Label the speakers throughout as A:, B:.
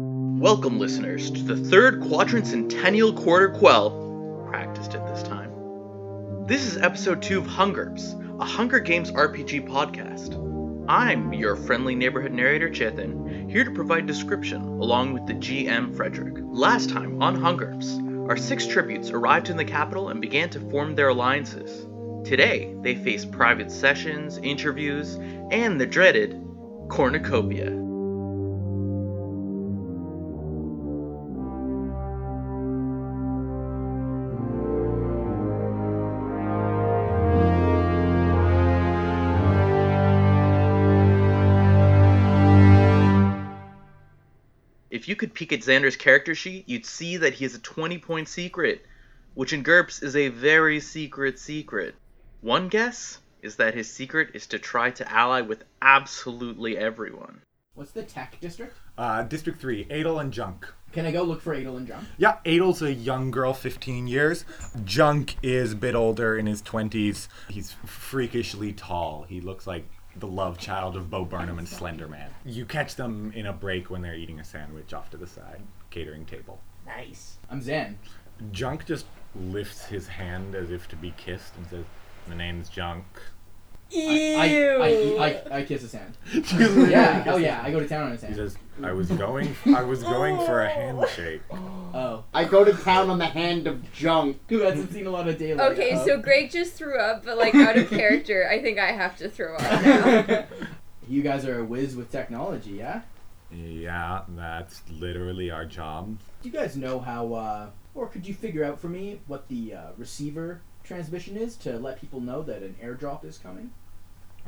A: Welcome, listeners, to the third quadrant centennial quarter quell. Practiced it this time. This is episode two of Hungerps, a Hunger Games RPG podcast. I'm your friendly neighborhood narrator, Chetan, here to provide description along with the GM, Frederick. Last time on Hungerps, our six tributes arrived in the capital and began to form their alliances. Today, they face private sessions, interviews, and the dreaded cornucopia. If you could peek at Xander's character sheet, you'd see that he is a 20 point secret, which in GURPS is a very secret secret. One guess is that his secret is to try to ally with absolutely everyone.
B: What's the tech district?
C: Uh, District 3, Adel and Junk.
B: Can I go look for Adel and Junk?
C: Yeah, Adel's a young girl, 15 years. Junk is a bit older, in his 20s. He's freakishly tall. He looks like the love child of Bo Burnham and Slender Man. You catch them in a break when they're eating a sandwich off to the side, catering table.
B: Nice. I'm Zen.
C: Junk just lifts his hand as if to be kissed and says, My name's Junk.
B: I, I, I, eat- I, I kiss his hand. Yeah, oh yeah, I go to town on his
C: He
B: hand.
C: says, I was going I was going for a handshake.
B: Oh.
D: I go to town on the hand of junk.
B: Who hasn't seen a lot of daylight?
E: Okay,
D: uh,
B: Oh.
E: so Greg just threw up, but like out of character, I think I have to throw up now.
B: you guys are a whiz with technology, yeah?
C: Yeah, that's literally our job.
B: Do you guys know how, uh, or could you figure out for me what the uh, receiver transmission is to let people know that an airdrop is coming?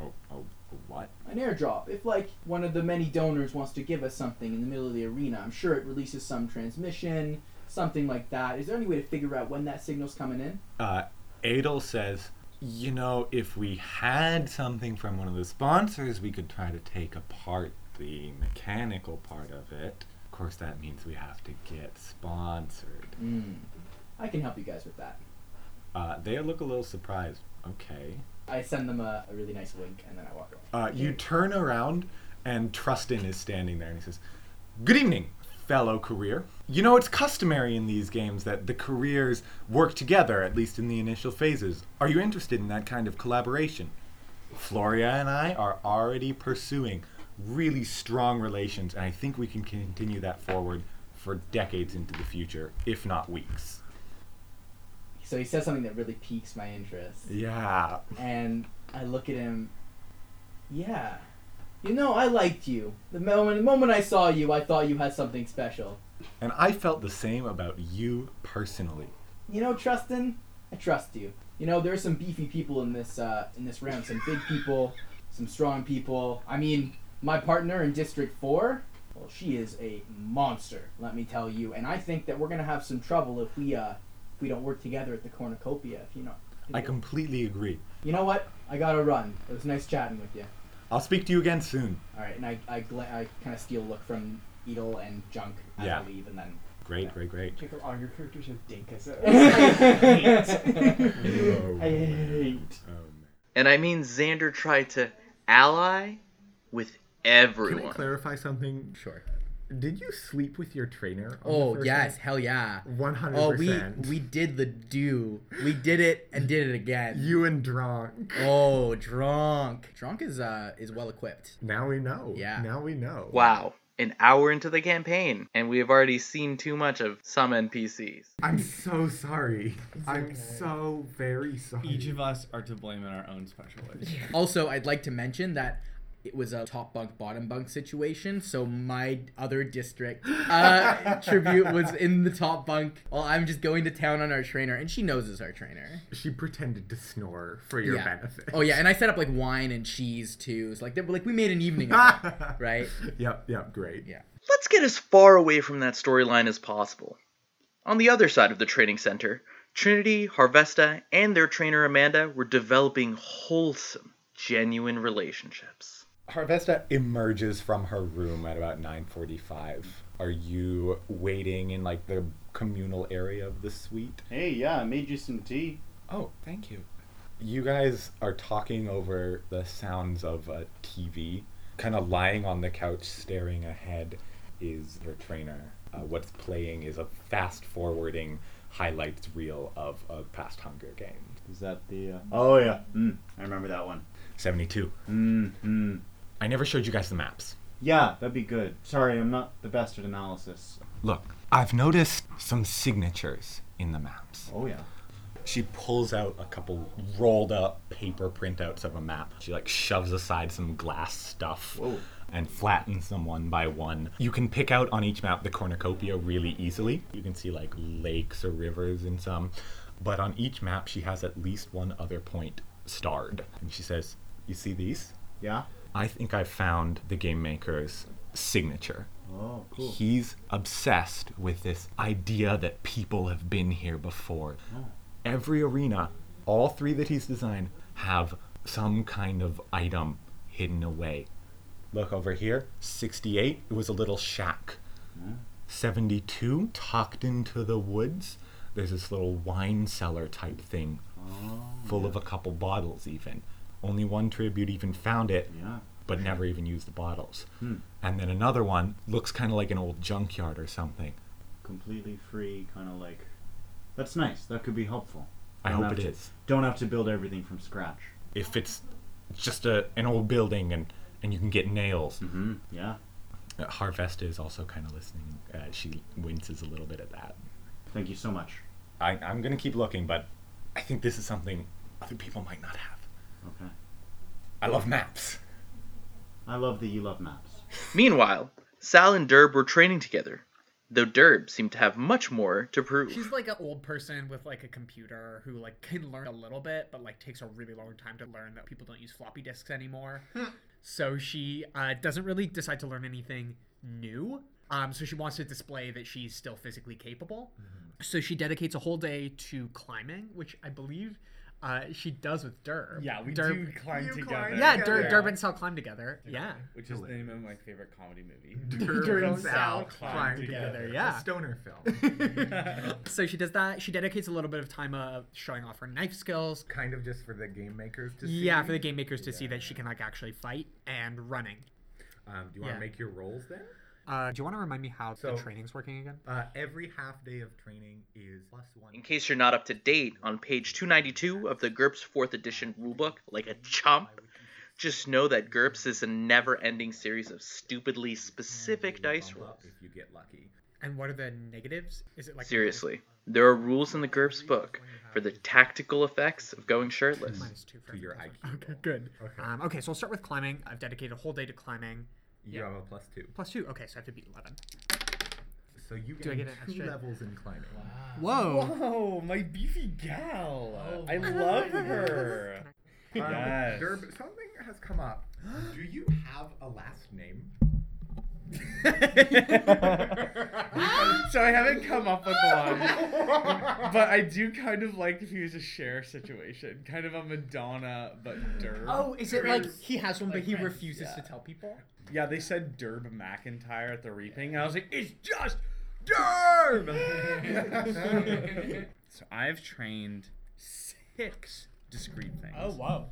C: Oh, oh, what?
B: An airdrop. If, like, one of the many donors wants to give us something in the middle of the arena, I'm sure it releases some transmission, something like that. Is there any way to figure out when that signal's coming in?
C: Uh, Adel says, you know, if we had something from one of the sponsors, we could try to take apart the mechanical part of it. Of course, that means we have to get sponsored.
B: Mm. I can help you guys with that.
C: Uh, they look a little surprised. Okay.
B: I send them a, a really nice wink and then I walk away.
C: Uh, you turn around, and Trustin is standing there, and he says, Good evening, fellow career. You know, it's customary in these games that the careers work together, at least in the initial phases. Are you interested in that kind of collaboration? Floria and I are already pursuing really strong relations, and I think we can continue that forward for decades into the future, if not weeks.
B: So he says something that really piques my interest.
C: Yeah.
B: And I look at him. Yeah. You know, I liked you. The moment, the moment I saw you, I thought you had something special.
C: And I felt the same about you personally.
B: You know, Trustin, I trust you. You know, there are some beefy people in this uh, in this round. Some big people, some strong people. I mean, my partner in District Four. Well, she is a monster, let me tell you. And I think that we're gonna have some trouble if we uh, if we don't work together at the cornucopia. If you know.
C: I completely agree.
B: You know what? I gotta run. It was nice chatting with you.
C: I'll speak to you again soon.
B: All right, and I I, gla- I kind of steal a look from Edel and Junk as
C: Yeah.
B: I leave, and then.
C: Great, great, great.
F: Jacob, all your characters are dinkus. I
C: Oh,
F: hate.
C: man.
A: And I mean, Xander tried to ally with everyone.
G: Can I clarify something? Sure. Did you sleep with your trainer? On the
H: Oh
G: first
H: yes, hell yeah.
G: night? 100%.
H: Oh, we we did the do. We did it and did it again.
G: You and Drunk.
H: Oh, drunk. Drunk is uh is well equipped.
G: Now we know.
H: Yeah.
G: Now we know.
A: Wow, an hour into the campaign, and we have already seen too much of some NPCs.
G: I'm so sorry. I'm so very sorry.
I: Each of us are to blame in our own special ways.
C: Oh,
H: Also, I'd like to mention that it was a top bunk bottom bunk situation. So my other district uh, tribute was in the top bunk. Well, I'm just going to town on our trainer, and she knows it's our trainer.
G: She pretended to snore for your
H: yeah.
G: benefit.
H: Oh yeah, and I set up like wine and cheese too. So like they, like we made an evening, of it, right?
G: Yep, yep, great.
H: Yeah.
A: Let's get as far away from that storyline as possible. On the other side of the training center, Trinity, Harvesta, and their trainer Amanda were developing wholesome, genuine relationships.
C: Harvesta emerges from her room at about 9:45. Are you waiting in like the communal area of the suite?
D: Hey, yeah, I made you some tea.
C: Oh, thank you. You guys are talking over the sounds of a TV. Kind of lying on the couch staring ahead is your trainer. uh, what's playing is a fast forwarding highlights reel of a past Hunger Games.
J: Is that the? Uh... Oh yeah, mm, I remember that one.
C: 72.
J: Mm, mm.
C: I never showed you guys the maps.
J: Yeah, that'd be good. Sorry, I'm not the best at analysis.
C: Look, I've noticed some signatures in the maps.
J: Oh yeah.
C: She pulls out a couple rolled up paper printouts of a map. She like shoves aside some glass stuff
J: Whoa.
C: and flattens them one by one. You can pick out on each map the cornucopia really easily. You can see like lakes or rivers in some, but on each map she has at least one other point starred. And she says, "You see these?
J: Yeah.
C: I think I found the game maker's signature."
J: Oh, cool.
C: He's obsessed with this idea that people have been here before. Every arena, all three that he's designed, have some kind of item hidden away. Look over here 68, it was a little shack. 72, tucked into the woods, there's this little wine cellar type thing,
I: Oh.
C: full of a couple bottles even. Only one tribute even found it
J: Yeah. Hmm.
C: but never even used the bottles. And then another one looks kind of like an old junkyard or something.
J: Completely free, kind of like. That's nice. That could be helpful.
C: I
J: Don't
C: hope
J: have
C: it
J: to-
C: is.
J: Don't have to build everything from scratch.
C: If it's just a, an old building and, and you can get nails.
J: Mm-hmm. Yeah.
C: Uh, Harvesta is also kind of listening. Uh, she winces a little bit at that.
J: Thank you so much.
C: I, I'm going to keep looking, but I think this is something other people might not have.
J: Okay.
C: I love maps.
J: I love that you love maps.
A: Meanwhile, Sal and Derb were training together, though Derb seemed to have much more to prove.
K: She's like an old person with like a computer who like can learn a little bit, but like takes a really long time to learn that people don't use floppy disks anymore. so she uh, doesn't really decide to learn anything new. Um, so she wants to display that she's still physically capable.
I: Mm-hmm.
K: So she dedicates a whole day to climbing, which I believe uh, she does with Derb.
H: Yeah, we
K: Derb,
H: do climb
I: You
H: together.
I: climb
K: Yeah,
I: together.
K: Derb, Derb and Sal climb together. Yeah.
I: Which is the name of my favorite comedy movie.
H: Durham and Sal
K: climb
H: climb
K: together,
H: together.
K: yeah.
H: A stoner film.
K: so she does that. She dedicates a little bit of time of showing off her knife skills.
H: kind of just for the game makers to see.
K: Yeah, for the game makers to see that she can like actually fight and running.
H: Um, do you want to
K: Yeah.
H: make your rolls then?
K: Uh, do you want to remind me how
H: So-
K: the training's working again?
H: Uh, every half day of training is plus one.
A: In case you're not up to date, on page 292 of the GURPS 4th edition rulebook, like a chump, just know that GURPS is a never ending series of stupidly specific dice
H: Bump up
A: rolls.
H: If you get lucky.
K: And what are the negatives? Is it like
A: Seriously, there are rules in the GURPS book for the tactical effects of going shirtless.
K: minus two for
H: To your
K: everything?
H: IQ
K: Okay,
H: roll.
K: good.
H: Okay.
K: Um, okay, so I'll start with climbing. I've dedicated a whole day to climbing.
H: You
K: Yeah.
H: have a plus two.
K: Plus two. Okay, so I have to beat eleven.
H: So you
K: Do I
H: gain
K: get an
H: two
K: extra-
H: levels in climbing.
K: Whoa. Oh,
I: Whoa, my beefy gal.
B: Oh,
I: I
H: my
I: love her.
H: Um,
I: Yes.
H: Derb, something has come up. Do you have a last name?
I: so I haven't come up with one, but I do kind of like if he was a share situation, kind of a Madonna but Derb.
K: Oh, is it like
I: Chris.
K: he has one, but he refuses
I: yeah.
K: to tell people?
I: Yeah, they said Derb McIntyre at the reaping. and I was like, it's just Derb. so I've trained six discrete things.
K: Oh, wow.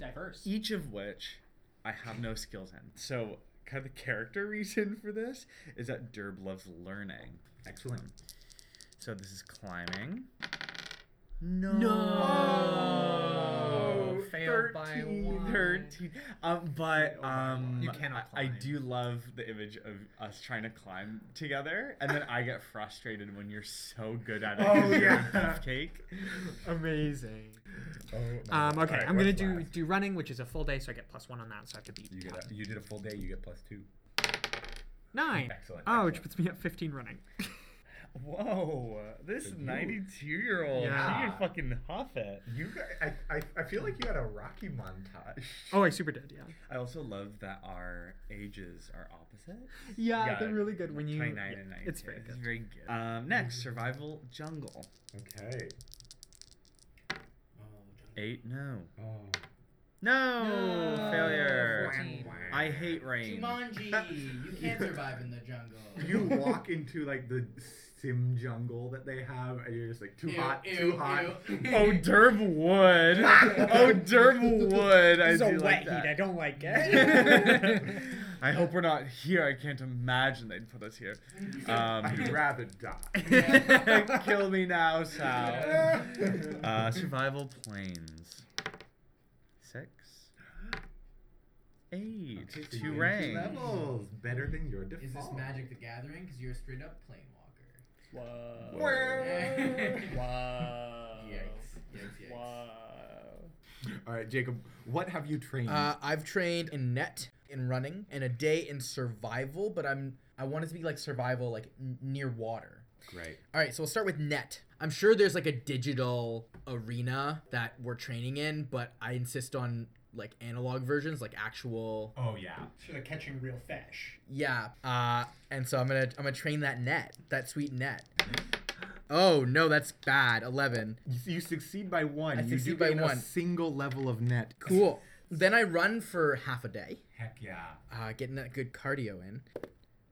K: Diverse.
I: each of which I have no skills in. So, kind of the character reason for this is that Derb loves learning.
H: Excellent.
I: So, this is climbing. No.
K: Oh, Failed by
I: 13,
K: one.
I: 13. Um, but um,
K: You cannot
I: I, I
K: climb.
I: do love the image of us trying to climb together, and then I get frustrated when you're so good at it. 'cause
K: Oh,
I: you're a
K: yeah.
I: beefcake.
K: Amazing.
H: Oh my
K: Um,
H: God.
K: okay,
H: Alright,
K: I'm gonna
H: what's
K: do
H: last?
K: do running, which is a full day, so I get plus one on that, so I have to beat
H: You get.
K: Todd.
H: A, you did a full day. You get plus two.
K: nine.
H: Excellent,
K: Oh,
H: excellent.
K: which
H: Oh.
K: puts me at fifteen running.
I: Whoa, this
H: So you-
I: 92 year old, she
K: Yeah.
I: can fucking huff it.
H: You guys, I, I, I feel like you had a Rocky montage.
K: Oh, I super did, yeah.
I: I also love that our ages are opposite.
K: Yeah,
I: Yeah,
K: they're really good when you.
I: 29
K: yeah,
I: and 90.
K: it's very good. Mm-hmm.
I: very good. Um, next, survival jungle. Oh,
H: Okay.
I: Eight, no.
H: Oh.
I: No! failure.
B: Fourteen.
I: I hate rain.
B: Jumanji, you can't survive in the jungle.
H: You walk into like the sim jungle that they have, and you're just like too
B: Ew,
H: hot,
B: ew,
H: too hot.
B: ew.
I: Oh, Derb would. Oh, Derb would. I do like that.
K: don't like
H: it.
I: I hope we're not here. I can't imagine they'd put us here.
H: Mm-hmm. I'd
I: Um,
H: rather die.
I: kill me now, Sal. Uh, survival planes. Six. Eight. Two ranks.
H: levels. Better than your default.
B: Is this Magic the Gathering? Because you're a straight up plane walker.
I: Whoa. Whoa.
B: Yikes. Yikes, yikes.
I: Whoa.
H: All right, Jacob. What have you trained?
B: Uh, I've trained in net, in running, and a day in survival, but I'm I want it to be like survival, like n- near water.
H: Great.
B: All right, so we'll start with net. I'm sure there's like a digital arena that we're training in, but I insist on like analog versions, like actual.
H: Oh yeah.
K: Should have catching real fish.
B: Yeah. Uh, and so I'm gonna I'm gonna train that net, that sweet net. Oh no, that's bad. Eleven.
H: You, you succeed by one.
B: I
H: you do
B: succeed by
H: gain a
B: one.
H: single level of net.
B: Cool. Then I run for half a day.
H: Heck yeah.
B: uh, getting that good cardio in.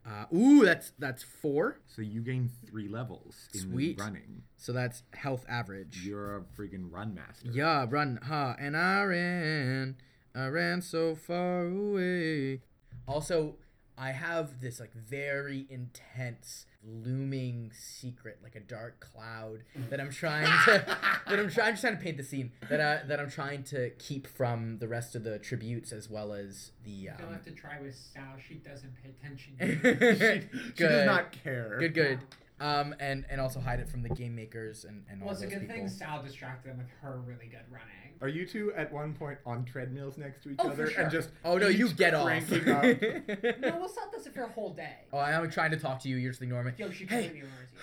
B: Uh, ooh, that's that's four.
H: So you gain three levels in
B: Sweet.
H: running.
B: So that's health average.
H: You're a freaking run master.
B: Yeah, run, huh? And I ran, I ran so far away. Also, I have this like very intense looming secret, like a dark cloud that I'm trying to that I'm trying I'm just trying to paint the scene that I, that I'm trying to keep from the rest of the tributes as well as the.
K: You'll
B: Um...
K: have to try with Sal. She doesn't pay attention.
B: good.
H: She does not care.
B: Good, good. Um, and and also hide it from the game makers and and all
K: well, it's a
B: those
K: good
B: people.
K: thing Sal distracted them with her really good running.
H: Are you two at one point on treadmills next to each
B: Oh, for
H: other
B: sure.
H: and just
B: oh no, you
H: each
B: get off.
H: cranking up?
K: no, well, Sal does it for a whole day.
B: oh, I'm trying to talk to you. You're just ignoring me.
K: Yo, she
B: hey,
K: completely ignores you.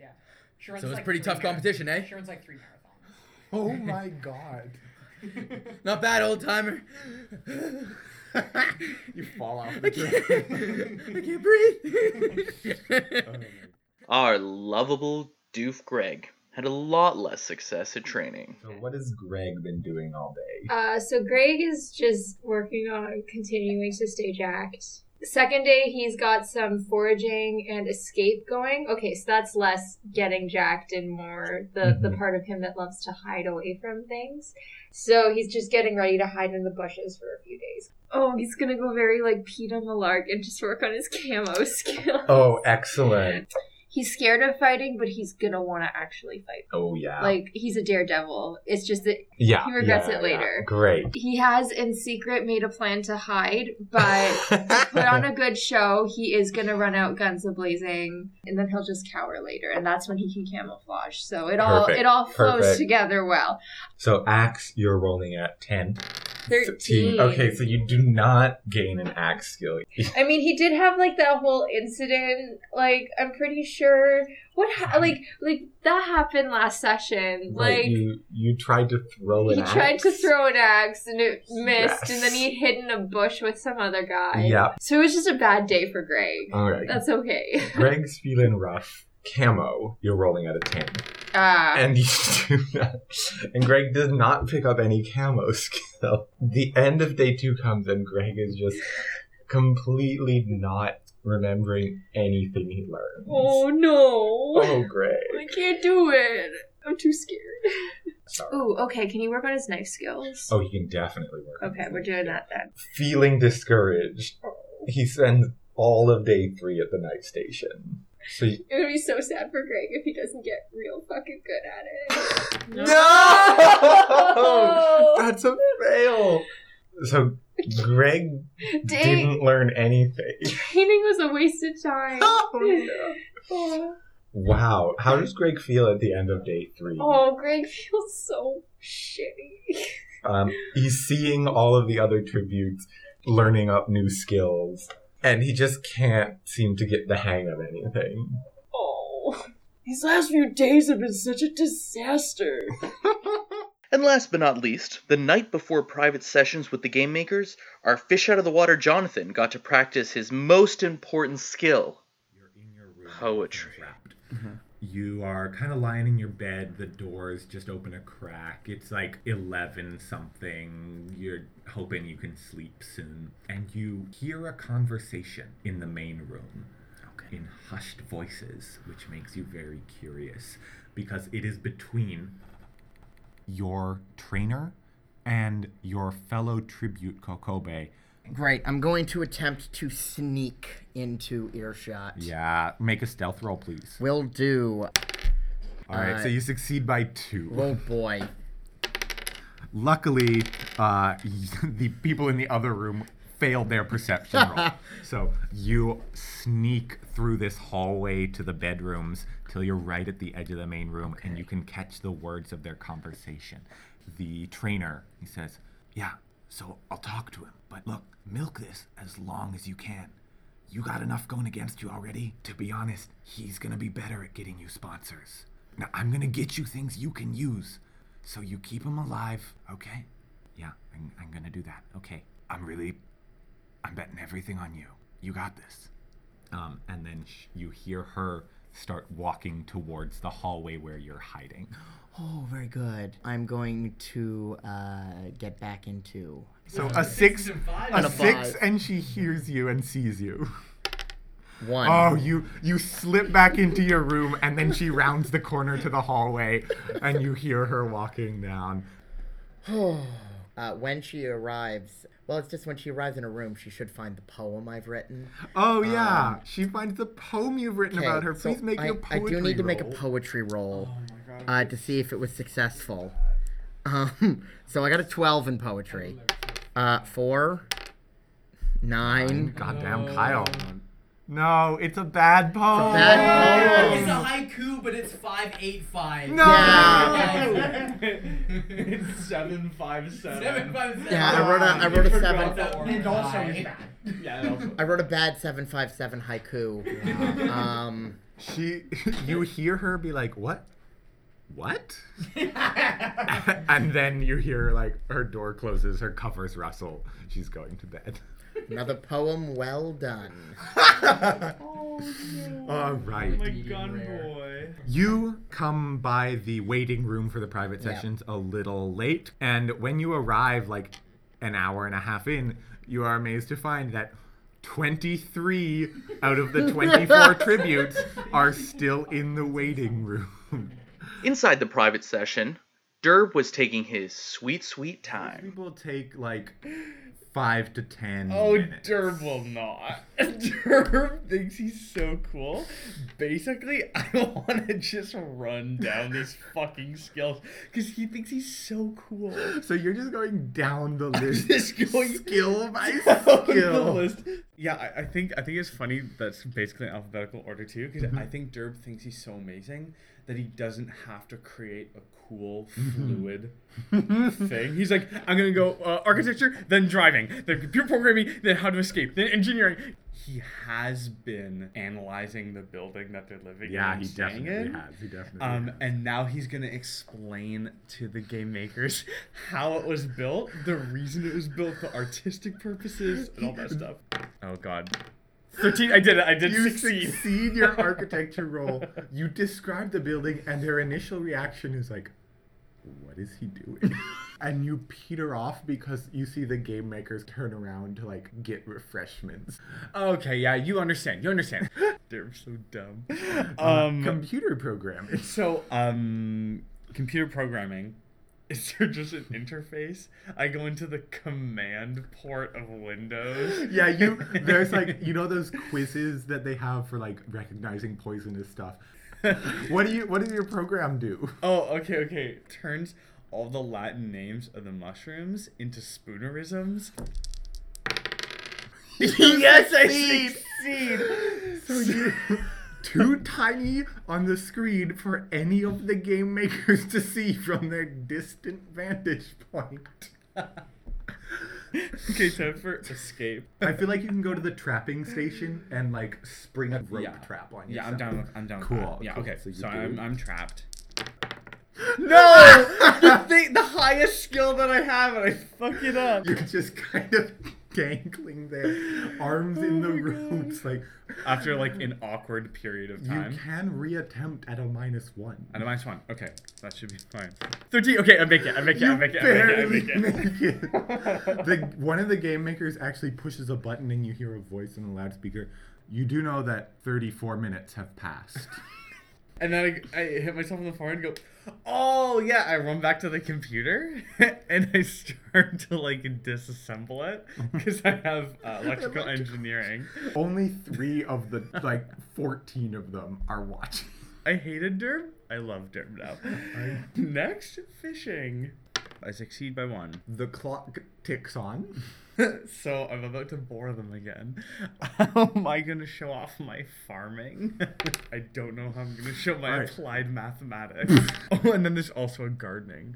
K: Yeah. She runs
B: so it's
K: like
B: pretty
K: three
B: tough
K: marathons.
B: competition, eh?
K: She runs like three marathons.
H: oh my god.
B: Not bad, old timer.
H: you fall off
B: I
H: the
B: can't, I
H: treadmill.
B: can't breathe.
A: Our lovable doof Greg had a lot less success at training.
C: So what has Greg been doing all day?
E: Uh, so Greg is just working on continuing to stage act. Second day, he's got some foraging and escape going. Okay, so that's less getting jacked and more the, the part of him that loves to hide away from things. So he's just getting ready to hide in the bushes for a few days. Oh, he's gonna go very like Pete on the Lark and just work on his camo skill.
C: Oh, excellent.
E: He's scared of fighting, but he's gonna want to actually fight.
C: Oh yeah.
E: Like he's a daredevil. It's just that
C: yeah.
E: he regrets
C: yeah,
E: it
C: yeah.
E: later.
C: Great.
E: he has in secret made a plan to hide, but to put on a good show, he is gonna run out guns a blazing, and then he'll just cower later, and that's when he can camouflage. So it all
C: Perfect.
E: it all flows
C: Perfect.
E: together well.
C: So axe, you're rolling at 10.
E: Thirteen.
C: Okay, so you do not gain an axe skill.
E: I mean, he did have like that whole incident. Like I'm pretty sure what ha- like like that happened last session.
C: Right,
E: Like.
C: you you tried to throw an
E: he
C: axe.
E: tried to throw an axe and it missed, and then
C: Yes.
E: he hid in a bush with some other guy.
C: Yeah.
E: So it was just a bad day for Greg.
C: All right.
E: That's okay.
C: Greg's feeling rough. Camo, you're rolling at a 10.
E: Ah.
C: And you do not. And Greg does not pick up any camo skill. The end of day two comes and Greg is just completely not remembering anything he learned.
E: Oh no!
C: Oh, Greg.
E: I can't do it. I'm too scared.
C: Sorry.
E: Ooh, okay. Can you work on his knife skills?
C: Oh, he can definitely work.
E: Okay, we're doing that then.
C: Feeling discouraged, he spends all of day three at the night station. So you-
E: It would be so sad for Greg if he doesn't get real fucking good at it.
C: No! That's a fail. So Greg
E: Dang,
C: didn't learn anything.
E: training was a waste of time.
C: no.
E: Oh,
C: Wow. How does Greg feel at the end of day three?
E: oh, Greg feels so shitty.
C: Um, he's seeing all of the other tributes, learning up new skills, and he just can't seem to get the hang of anything.
E: Oh, these last few days have been such a disaster.
A: And last but not least, the night before private sessions with the game makers, our fish out of the water Jonathan got to practice his most important skill.
H: You're in your room.
A: Poetry.
H: everything's wrapped. Mm-hmm. You are kind of lying in your bed. The doors just open a crack. It's like 11 something. You're hoping you can sleep soon. And you hear a conversation in the main room in hushed voices, which makes you very curious because it is between your trainer and your fellow tribute Kokobe
D: Great. I'm going to attempt to sneak into earshot.
C: Yeah, make a stealth roll, please.
D: Will do.
C: All right,
D: Uh,
C: so you succeed by two.
D: Oh boy.
C: Luckily, uh, the people in the other room failed their perception roll. so you sneak through this hallway to the bedrooms till you're right at the edge of the main room and you can catch the words of their conversation. The trainer, he says, Yeah, so I'll talk to him. But look, milk this as long as you can. You got enough going against you already. To be honest, he's gonna be better at getting you sponsors. Now, I'm gonna get you things you can use. So you keep him alive, okay? Yeah, I'm, I'm gonna do that. Okay. I'm really. I'm betting everything on you. You got this. Um, and then sh- you hear her start walking towards the hallway where you're hiding.
D: Oh, very good. I'm going to uh, get back into.
C: So a six,
D: and
C: a six, and she hears you and sees you.
D: One.
C: Oh, you you slip back into your room, and then she rounds the corner to the hallway, and you hear her walking down.
D: uh, when she arrives, well, it's just when she arrives in a room, she should find the poem I've written.
C: Oh yeah,
D: Um,
C: she finds the poem you've written
D: Okay,
C: about her.
D: so
C: Please make
D: I,
C: your poetry
D: I do need to make a
C: roll.
D: poetry roll uh, to see if it was successful. Um, so I got a 12 in poetry. Uh, four, nine.
C: Goddamn, Kyle. No, it's a bad poem.
B: It's a haiku, but it's five eight five.
C: No!
B: Yeah.
I: it's seven five seven.
B: Seven, five, seven.
D: Yeah, I wrote a, I wrote a seven.
I: And also it's bad. Yeah, that also-
D: I wrote a bad seven five seven haiku. Um,
C: she, you hear her be like, "What? What?" and then you hear like her door closes, her covers rustle. She's going to bed.
D: another poem well done.
C: All right.
I: My gun boy.
C: You come by the waiting room for the private
I: Yeah.
C: sessions a little late, and when you arrive, like an hour and a half in, you are amazed to find that 23 out of the 24 tributes are still in the waiting room.
A: Inside the private session, Derb was taking his sweet, sweet time.
C: People take like five to ten.
I: Oh,
C: minutes.
I: Derb will not. Derb thinks he's so cool. Basically, I want to just run down these fucking skills because he thinks he's so cool.
C: So you're just going down the list.
I: just going
C: skill by
I: down
C: skill.
I: The list. Yeah, I, I think I think it's funny that's basically in alphabetical order too because
C: Mhm.
I: I think Derb thinks he's so amazing that he doesn't have to create a cool
C: Mhm.
I: fluid thing. He's like, I'm gonna go uh, architecture, then driving, then computer programming, then how to escape, then engineering. He has been analyzing the building that they're living in.
C: Yeah,
I: and
C: he
I: staying
C: definitely
I: in.
C: has. He definitely
I: Um,
C: has.
I: and now he's gonna explain to the game makers how it was built, the reason it was built, the artistic purposes, and all that stuff. Oh God. Thirteen. I did it. I did
C: you
I: succeed.
C: succeed your architecture role. You describe the building, and their initial reaction is like, "What is he doing?" and you peter off because you see the game makers turn around to like get refreshments.
I: Okay, yeah, you understand. You understand. They're so dumb. Uh,
C: Um, computer programming.
I: So, um, computer programming. Is there just an interface? I go into the command port of Windows.
C: yeah, you. There's like you know those quizzes that they have for like recognizing poisonous stuff. what do you? What does your program do?
I: Oh, okay, okay. Turns all the Latin names of the mushrooms into spoonerisms.
C: Yes, I
I: succeed.
C: So you too tiny on the screen for any of the game makers to see from their distant vantage point.
I: Okay, time for escape.
C: I feel like you can go to the trapping station and like spring a rope
I: Yeah.
C: trap on
I: Yeah,
C: yourself.
I: I'm down. With, I'm down. with
C: Cool.
I: that. Yeah.
C: cool.
I: Okay. So,
C: you
I: I'm,
C: do-
I: I'm trapped.
C: No!
I: the, thing, the highest skill that I have, and I fuck it up.
C: You're just kind of dangling there, arms
I: Oh
C: in the ropes, like
I: After like an awkward period of time.
C: you can reattempt at a minus one.
I: And a minus one. Okay, that should be fine. Thirteen. Okay, I make it. I make it. I make it. I make it. I make it.
C: make it. the, one of the game makers actually pushes a button and you hear a voice in the loudspeaker. You do know that 34 minutes have passed.
I: And then I, I hit myself on the forehead and go, oh, yeah. I run back to the computer and I start to like disassemble it because I have uh, electrical engineering.
C: Only three of the like fourteen of them are watching.
I: I hated Derb. I love Derb now. Next, fishing. I succeed by one.
C: The clock ticks on.
I: so I'm about to bore them again. How am I going to show off my farming? I don't know how I'm going to show my
C: Alright.
I: applied mathematics. oh, and then there's also a gardening.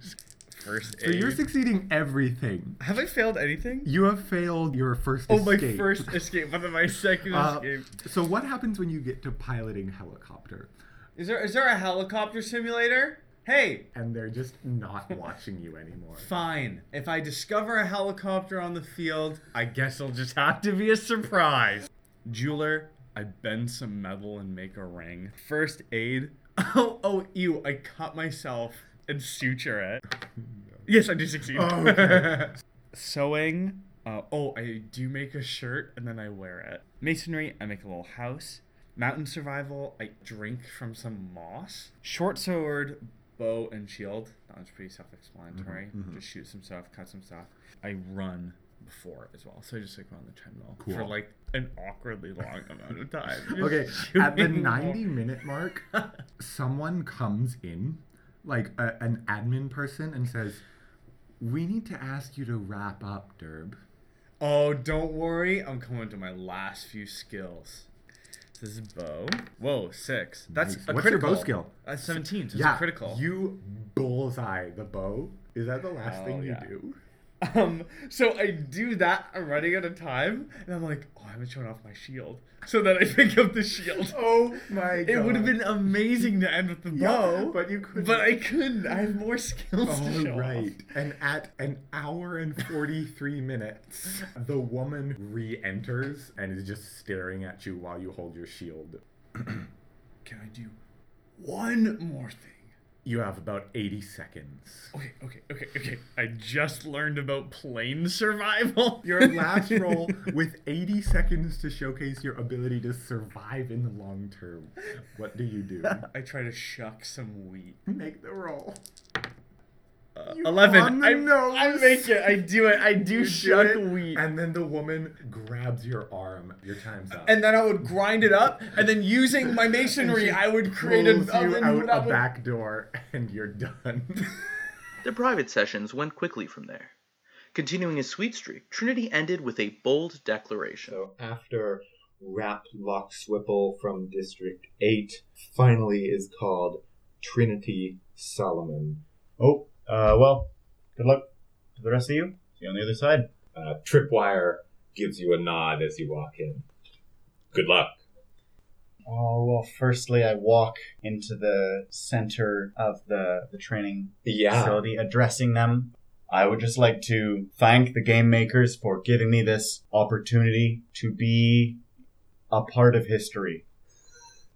I: First
C: So you're
I: aid.
C: succeeding everything.
I: Have I failed anything?
C: You have failed your first
I: Oh, my
C: escape.
I: first escape, but then my second
C: Uh,
I: escape.
C: So what happens when you get to piloting a helicopter
I: Is there is there a helicopter simulator? Hey,
C: and they're just not watching you anymore?
I: fine. If I discover a helicopter on the field, I guess it'll just have to be a surprise. Jeweler, I bend some metal and make a ring. First aid. Oh, oh, ew! I cut myself and suture it. Yes, I do succeed.
C: Oh, okay.
I: Sewing. Uh, oh, I do make a shirt and then I wear it. Masonry. I make a little house. Mountain survival. I drink from some moss. Short sword, bow, and shield. That one's pretty self-explanatory.
C: Mhm, mhm.
I: Just shoot some stuff, cut some stuff. I run before as well, so I just like run the treadmill for
C: Cool.
I: like an awkwardly long amount of time. Just
C: okay, at the
I: shooting
C: 90 minute mark, someone comes in, like a, an admin person, and says, We need to ask you to wrap up, Derb.
I: Oh, don't worry. I'm coming to my last few skills. This is bow. Whoa, six. That's
C: Nice.
I: a
C: What's your
I: critical.
C: bow skill?
I: That's 17, so
C: yeah,
I: it's a critical.
C: You bullseye the bow. Is that the last
I: Oh,
C: thing you
I: yeah.
C: do?
I: Um, so I do that. I'm running out of time, and I'm like, oh, I haven't shown off my shield. So then I pick up the shield.
C: Oh my god.
I: It would have been amazing to end with the
C: Yeah,
I: bow,
C: but you couldn't.
I: but I couldn't. I have more skills to
C: Oh,
I: show
C: right.
I: off.
C: And at an hour and 43 minutes, the woman re enters and is just staring at you while you hold your shield.
I: Can I do one more thing?
C: You have about 80 seconds.
I: Okay, okay, okay, okay. I just learned about plane survival.
C: Your last roll with 80 seconds to showcase your ability to survive in the long term. What do you do?
I: I try to shuck some wheat.
C: Make the roll.
I: Uh,
C: You on
I: Eleven.
C: the
I: I,
C: nose.
I: I make it. I do it. I do
C: You
I: shuck
C: it,
I: wheat.
C: And then the woman grabs your arm. Your time's up.
I: and then I would grind it up, and then using my masonry, I would create an
C: Pulls you
I: oven.
C: out
I: that
C: a
I: would-
C: back door, and you're done.
A: Their private sessions went quickly from there. Continuing his sweet streak, Trinity ended with a bold declaration.
L: So after Rap Lock Swipple from District 8 finally is called Trinity Solomon. Oh, uh, well, good luck to the rest of you. See you on the other side. Uh, Tripwire gives you a nod as you walk in. Good luck.
M: Oh, well, firstly, I walk into the center of the, the training
L: Yeah.
M: facility, addressing them. I would just like to thank the game makers for giving me this opportunity to be a part of history.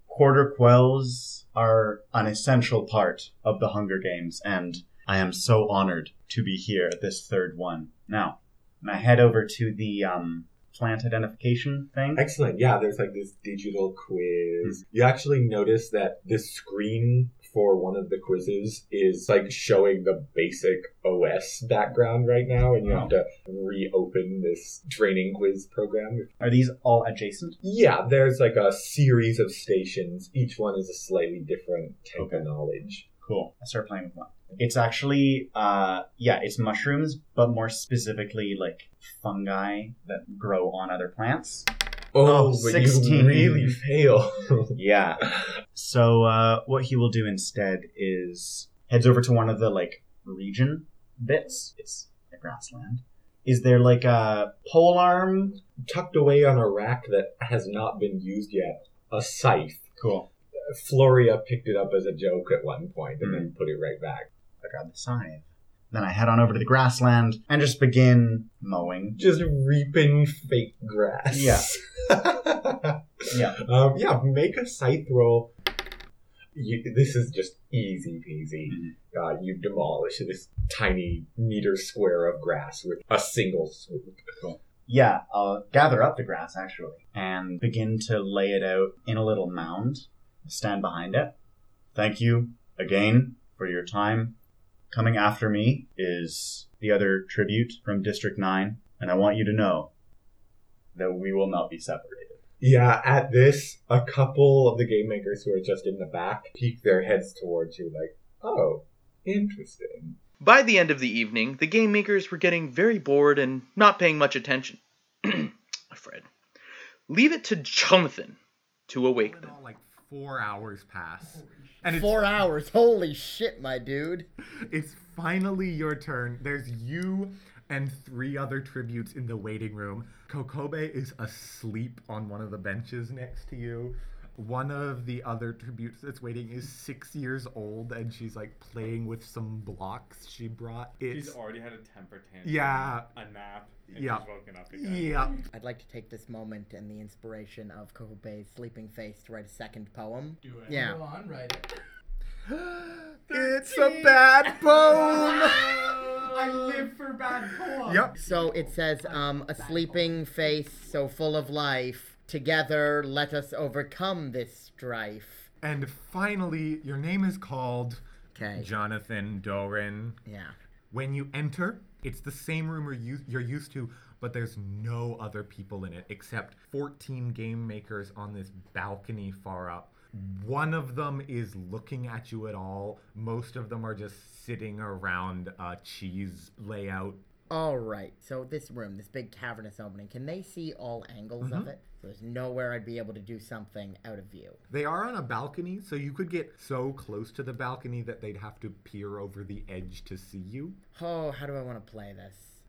M: Quarter quells are an essential part of the Hunger Games, and I am so honored to be here at this third one. Now, and I head over to the um, plant identification thing. Hmm.
L: Excellent. Yeah, there's like this digital quiz. You actually notice that the screen for one of the quizzes is like showing the basic OS background right now, and you
M: Oh.
L: have to reopen this training quiz program.
M: Are these all adjacent?
L: Yeah, there's like a series of stations. Each one is a slightly different type of knowledge.
M: Cool. I start playing with one. It's actually, uh, yeah, it's mushrooms, but more specifically like fungi that grow on other plants.
L: Oh, but you really fail.
M: yeah. So uh, what he will do instead is heads over to one of the like region bits. It's a grassland. Is there like a pole arm?
L: Tucked away on a rack that has not been used yet, a scythe.
M: Cool.
L: Floria picked it up as a joke at one point and then put it right back.
M: Hmm. I grab the scythe. Then I head on over to the grassland and just begin mowing.
L: Just reaping fake grass.
M: Yeah. yeah.
L: Um, yeah, make a scythe roll. You, this is just easy peasy.
M: Hmm.
L: Uh, you demolish this tiny meter square of grass with a single swoop.
M: Yeah, I'll gather up the grass actually and begin to lay it out in a little mound. Stand behind it Thank you again for your time. Coming after me is the other tribute from District 9, and I want you to know that we will not be separated.
N: Yeah, at this, a couple of the game makers who are just in the back peek their heads towards you, like, oh, interesting.
A: By the end of the evening, the game makers were getting very bored and not paying much attention. Fred. Leave it to Jonathan to awake them.
C: Like four hours pass.
D: Four hours. Holy shit, my dude.
C: It's finally your turn. There's you and three other tributes in the waiting room. Kokobe is asleep on one of the benches next to you. One of the other tributes that's waiting is six years old and she's like playing with some blocks she brought. It's
I: She's already had a temper tantrum.
C: Yeah.
I: A nap. And
C: Yeah.
I: She's woken up again.
D: I'd like to take this moment and the inspiration of Kohobe's sleeping face to write a second poem. Do
H: it.
D: Yeah.
H: Go on, write it.
D: It's a bad poem.
O: I live for bad poems.
D: So it says, um, a sleeping face so full of life. Together, let us overcome this strife.
C: And finally, your name is called
D: Okay.
C: Jonathan Doran.
D: Yeah.
C: When you enter, it's the same room you're u- you're used to, but there's no other people in it except 14 game makers on this balcony far up. One of them is looking at you at all. Most of them are just sitting around a cheese layout.
D: All right. So this room, this big cavernous opening, can they see all angles of
C: Mhm.
D: it? So there's nowhere I'd be able to do something out of view.
C: They are on a balcony, so you could get so close to the balcony that they'd have to peer over the edge to see you.
D: Oh, how do I want to play this?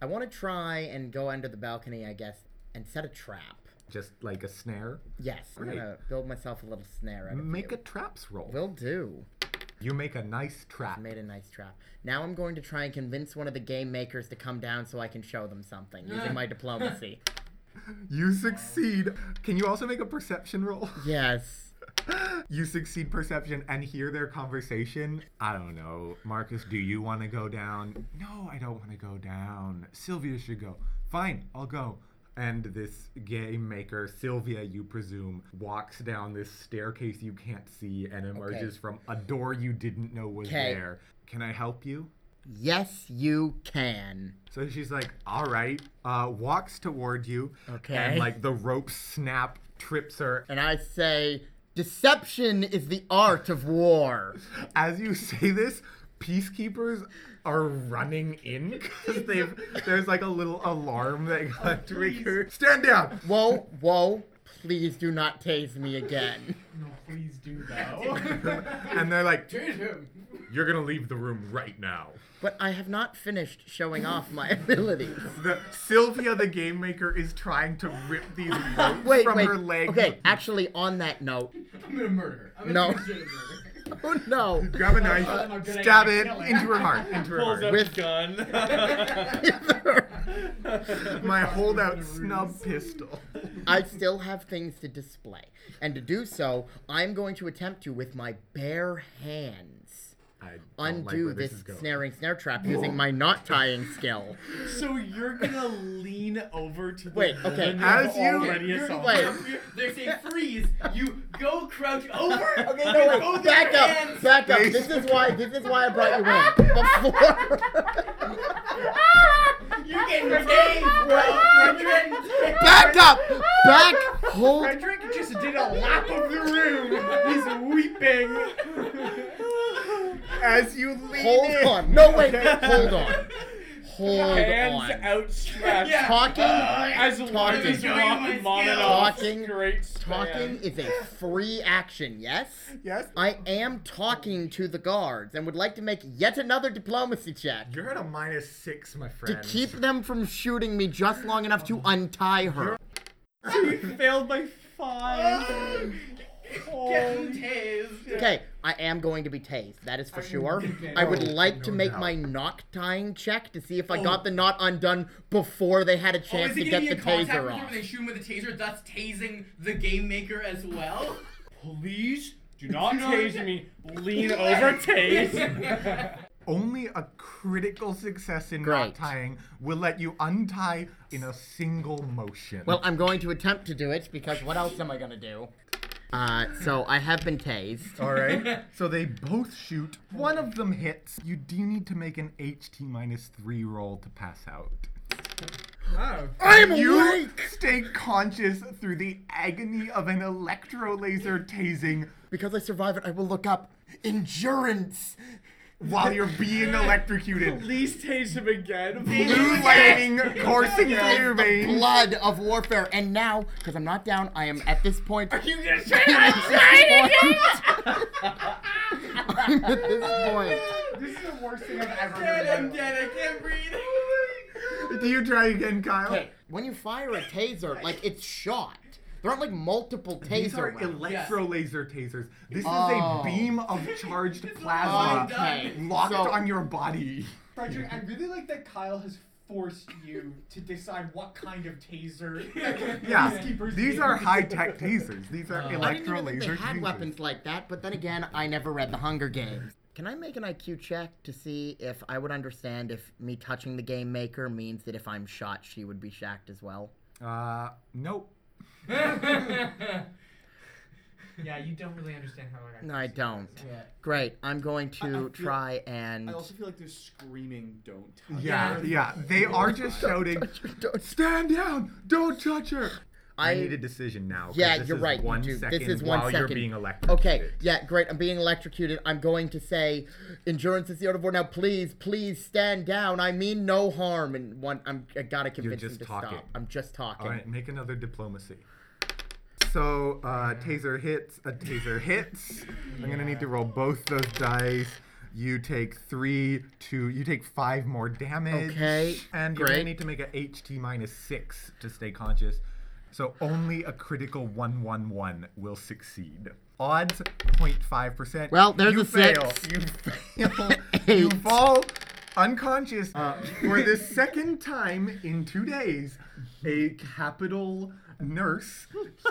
D: I want to try and go under the balcony, I guess, and set a trap.
C: Just like a snare.
D: Yes, I'm
C: Great.
D: gonna build myself a little snare. Out of
C: Make
D: you.
C: a traps roll.
D: Will do.
C: You make a nice trap.
D: Made a nice trap. Now I'm going to try and convince one of the game makers to come down so I can show them something using my diplomacy.
C: You succeed. Can you also make a perception roll?
D: Yes.
C: You succeed perception and hear their conversation. I don't know. Marcus, do you want to go down? No, I don't want to go down. Sylvia should go. Fine, I'll go. And this game maker, Sylvia, you presume, walks down this staircase you can't see and emerges from a door you didn't know was
D: 'Kay.
C: there. Can I help you?
D: Yes, you can.
C: So she's like, all right, uh, walks toward you.
D: Okay.
C: And like the ropes snap, trips her.
D: And I say, deception is the art of war.
C: As you say this, peacekeepers are running in because they've there's like a little alarm that got triggered. Stand down.
D: Whoa, whoa! Please do not tase me again.
H: No, please do that.
C: and they're like, you're gonna leave the room right now.
D: But I have not finished showing off my abilities.
C: The Sylvia, the game maker, is trying to rip these ropes
D: Wait,
C: from
D: wait.
C: her legs.
D: Okay, actually, on that note,
H: I'm gonna murder her. I'm
D: No.
H: gonna consider murder.
D: oh no!
C: Grab a
H: I'm not
C: knife,
H: good at
C: stab it
H: it. Kill her.
C: into her heart. Into her
I: Pulls
C: heart.
I: out
D: With-
I: a gun.
C: My holdout snub pistol.
D: I still have things to display, and to do so, I'm going to attempt to, with my bare hands,
C: I don't like
D: undo
C: where
D: this,
C: this is going.
D: snaring snare trap using my knot tying skill.
I: so you're gonna lean over to the
D: Wait, okay.
I: woman
C: As you-
I: already
D: you're-
I: assaulted.
D: wait.
H: They say freeze. You go crouch Oh, over.
D: Okay, no, wait,
H: Both
D: back
H: your
D: up,
H: hands.
D: back up.
C: They-
D: This is why, this is why I brought you in. Before,
H: You're getting retained, bro. Frederick.
D: back up, back, hold
H: Frederick just did a lap of the room. He's weeping.
C: As you lean
D: Hold
C: in.
D: on. No, wait.
C: Okay.
D: Hold on. Hold
I: Hands
D: on.
I: outstretched.
H: Yeah.
D: Talking,
I: Uh, As one
D: Talking.
I: is
H: Talking.
I: walking on and off.
D: Talking.
I: Great span.
D: talking is a free action, yes?
C: Yes.
D: I am talking to the guards and would like to make yet another diplomacy check
C: You're at a minus six, my friend.
D: to keep them from shooting me just long enough to untie her.
I: Failed by
C: Oh.
I: five.
H: Getting tased.
D: Okay, I am going to be tased. That is for sure. I would like to
C: no
D: make
C: doubt.
D: my knock tying check to see if I got the knot undone before they had a
H: Oh,
D: chance
H: is
D: to
H: it
D: get
H: gonna be
D: the
H: a contact
D: taser
H: with him
D: off.
H: and they shoot him with a taser, thus tasing the game maker as well?
I: Please do not tase me. Lean over, tase.
C: Only a critical success in
D: Great.
C: knot tying will let you untie in a single motion.
D: Well, I'm going to attempt to do it because what else am I going to do? Uh, so I have been tased.
C: All right. so they both shoot. One of them hits. You do need to make an HT minus three roll to pass out.
P: Wow.
H: Oh.
C: you Stay conscious through the agony of an electro laser tasing.
Q: Because I survive it, I will look up endurance
C: while you're being electrocuted.
I: Please taste him again.
C: Blue lightning coursing through
D: Yes,
C: your
D: the
C: veins.
D: Blood of warfare. And now, because I'm not down, I am at this point. Are
P: you
D: gonna
P: say I'm
D: I'm at this point.
P: This is the worst thing I've ever
D: Dead,
P: heard.
D: I'm
P: dead. I can't breathe.
C: Do you try again, Kyle?
D: When you fire a taser, like it's shot. There aren't like multiple taser
C: These are
D: rounds.
C: electro laser tasers. This
D: Oh.
C: is a beam of charged plasma
D: Okay,
C: locked
D: so-
C: on your body.
P: Frederick, I really like that Kyle has forced you to decide what kind of taser. the
C: Yeah,
P: peacekeepers
C: these
P: need.
C: are high tech tasers. These
B: Uh,
C: are
D: Uh, I didn't
C: electro
D: even think they
C: laser
D: had
C: tasers.
D: weapons like that, but then again, I never read The Hunger Games. Can I make an IQ check to see if I would understand if me touching the game maker means that if I'm shot, she would be shacked as well?
C: Uh, nope.
R: yeah, you don't really understand how it
D: No, I don't.
R: Yeah.
D: Great. I'm going
R: I- I
D: to
R: feel-
D: try and.
J: I also feel like they're screaming, "Don't touch."
C: Yeah,
J: her."
C: yeah. They are just shouting, "Stand down! Don't touch her!" I,
D: I-
C: need a decision now. 'cause
D: Yeah,
C: this
D: you're
C: is
D: right.
C: One
D: you do.
C: second
D: this is one
C: while
D: second.
C: you're being electrocuted.
D: Okay, yeah, great. I'm being electrocuted. I'm going to say, endurance is the order of war. Now, please, please stand down. I mean no harm. And one, I'm I gotta convince
C: just
D: him to
C: talking.
D: stop. I'm just talking.
C: All right, make another diplomacy. So, uh, taser hits, a taser hits. I'm gonna need to roll both those dice. You take three, two, you take five more damage.
D: Okay,
C: And you're gonna
D: great.
C: need to make a HT minus six to stay conscious. So only a critical 111 will succeed. Odds 0.5%.
D: Well, there's
C: you
D: a
C: fail.
D: six.
C: You fail. you fall unconscious Uh, for the second time in two days. A capital nurse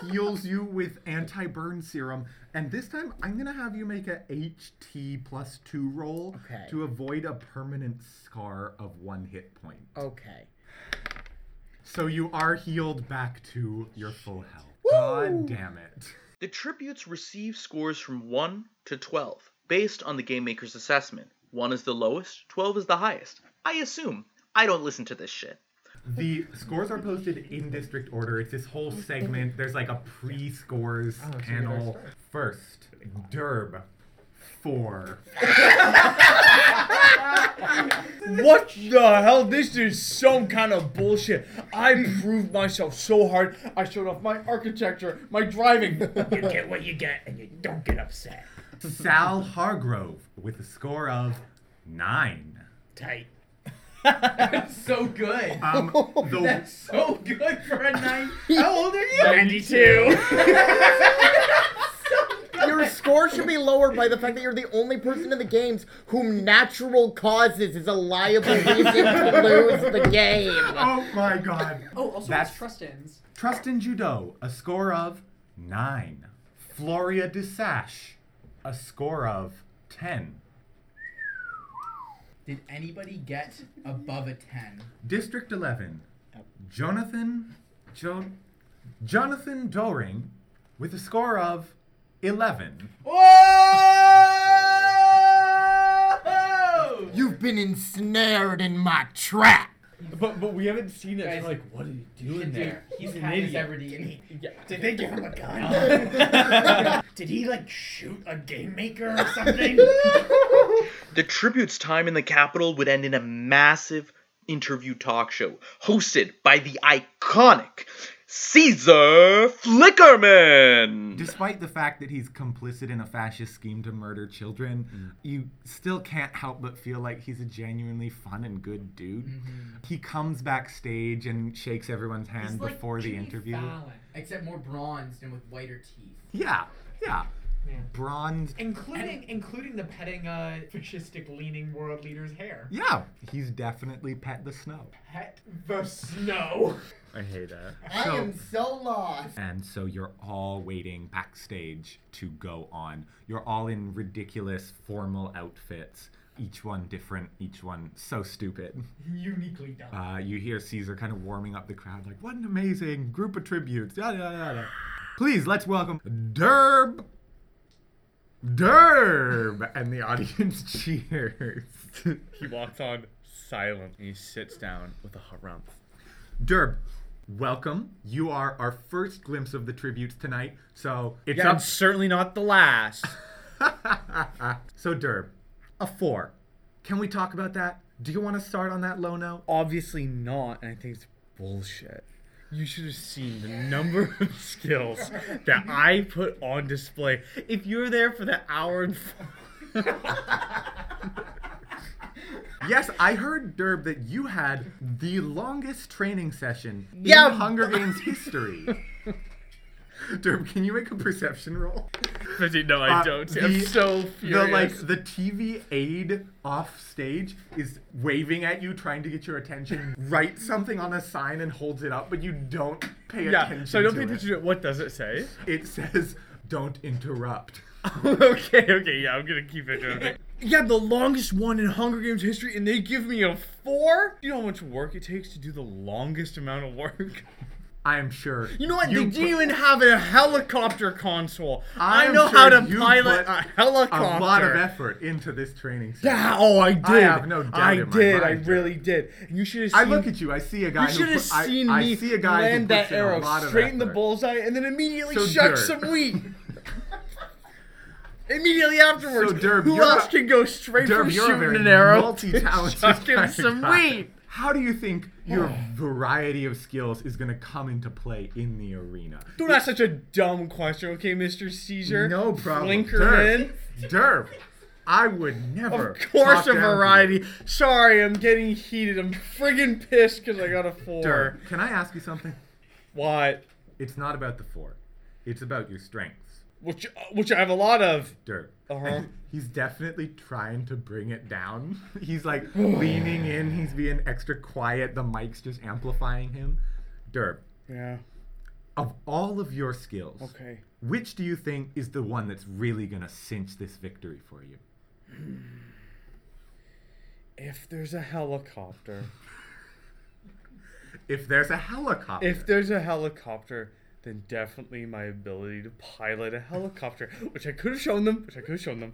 C: heals you with anti burn serum. And this time, I'm going to have you make a HT plus two roll
D: Okay.
C: to avoid a permanent scar of one hit point.
D: Okay.
C: So you are healed back to your full health. God damn it.
A: The tributes receive scores from 1 to 12 based on the game maker's assessment. 1 is the lowest, 12 is the highest. I assume. I don't listen to this shit.
C: The scores are posted in district order. It's this whole segment. There's like a pre scores
H: Oh, so we get our
C: panel.
H: scores.
C: First, Derb, four.
I: What the hell? This is some kind of bullshit. I proved myself so hard. I showed off my architecture, my driving. you get what you get, and you don't get upset.
H: Sal Hargrove with a score of nine.
I: Tight.
S: so good.
H: Um, the-
S: That's so good for a nine.
I: How old are you?
D: 92. Your score should be lowered by the fact that you're the only person in the games whom natural causes is a liable reason to lose the game.
C: Oh my god.
R: Oh, also
C: That's-
R: it's Trustin's.
H: Trust in Judo, a score of nine. Floria Desash, a score of ten.
B: Did anybody get above a 10?
H: District 11, Jonathan jo- Jonathan Doring with a score of 11.
D: You've been ensnared in my trap.
I: But but we haven't seen it.
B: Guys,
I: so like, what are you doing
B: Dude,
I: there?
B: he's had this every day. and he-
R: E. Did they give him a gun? Did he like shoot a game maker or something?
A: The tribute's time in the capital would end in a massive interview talk show hosted by the iconic Caesar Flickerman.
C: Despite the fact that he's complicit in a fascist scheme to murder children, you still can't help but feel like he's a genuinely fun and good dude. He comes backstage and shakes everyone's hand
B: He's like
C: before the
B: Jimmy
C: interview.
B: Fallon, Except more bronzed and with whiter teeth.
C: Yeah, yeah. Bronze.
R: including including the petting uh fascistic leaning world leader's hair.
C: Yeah, he's definitely pet the snow.
R: Pet the snow.
C: I hate that.
D: I am so lost.
C: And so you're all waiting backstage to go on. You're all in ridiculous formal outfits. Each one different, each one so stupid.
T: Uniquely done.
C: Uh, you hear Caesar kind of warming up the crowd, like, what an amazing group of tributes. Yada, yada, yada. Please, let's welcome Derb. Derb! And the audience cheers.
I: He walks on silent and he sits down with a harumph.
C: Derb, welcome. You are our first glimpse of the tributes tonight, so it's
I: Yeah,
C: up.
I: and certainly not the last.
C: so Derb, a four. Can we talk about that? Do you want to start on that low note?
I: Obviously not, and I think it's bullshit. You should have seen the number of skills that I put on display. If you were there for the hour and
C: Yes, I heard Derb that you had the longest training session
I: Yeah.
C: in Hunger Games history. Derb, can you make a perception roll?
I: no, I
C: Uh,
I: don't. I'm so
C: The, like
I: furious.
C: the TV aide off stage is waving at you, trying to get your attention. Writes something on a sign and holds it up, but you don't pay
I: Yeah,
C: attention.
I: so I don't
C: to
I: pay
C: it.
I: attention to it. What does it say?
C: It says, "Don't interrupt."
I: okay, okay, yeah, I'm gonna keep it. Going. Yeah, the longest one in Hunger Games history, and they give me a four. You know how much work it takes to do the longest amount of work.
C: I am sure.
I: You know what?
C: you
I: they didn't
C: put-
I: even have a helicopter console.
C: I
I: I,
C: am
I: know
C: sure
I: how to
C: you
I: pilot
C: put
I: a helicopter.
C: A lot of effort into this training. session.
I: Yeah, oh, I did.
C: I have no doubt.
I: I
C: in my
I: did. I
C: mind.
I: really did. You should have.
C: I
I: seen,
C: look at you. I see a guy.
I: You should
C: who
I: have
C: put, I-
I: seen
C: I,
I: me
C: see a guy who
I: land
C: puts
I: that
C: in
I: arrow
C: a lot of
I: straight in the
C: effort.
I: bullseye, and then immediately
C: So
I: shuck
C: dirt.
I: some wheat. immediately afterwards.
C: So, Derb,
I: who
C: you're
I: else
C: a-
I: can go straight
C: Derb,
I: from
C: you're a
I: shooting
C: very
I: an arrow to
C: multi-talented
I: shucking
C: kind of
I: some
C: guy.
I: wheat?
C: How do you think your variety of skills is going to come into play in the arena?
I: Don't ask such a dumb question, okay, Mr. Caesar?
C: No problem.
I: Flinkerman.
C: Derp. Derp. I would never.
I: Of course,
C: talk
I: a
C: down to you.
I: variety. Sorry, I'm getting heated. I'm friggin' pissed because I got a four.
C: Derp, can I ask you something?
I: What?
C: It's not about the four. It's about your strengths.
I: Which, uh, which I have a lot of.
C: Derp.
I: Uh-huh.
C: He's definitely trying to bring it down. He's like leaning in. He's being extra quiet. The mic's just amplifying him. Derp.
I: Yeah.
C: Of all of your skills,
I: Okay.
C: which do you think is the one that's really gonna cinch this victory for you?
I: If there's a helicopter.
C: If there's a helicopter.
I: If there's a helicopter, then definitely my ability to pilot a helicopter, which I could have shown them, which I could have shown them.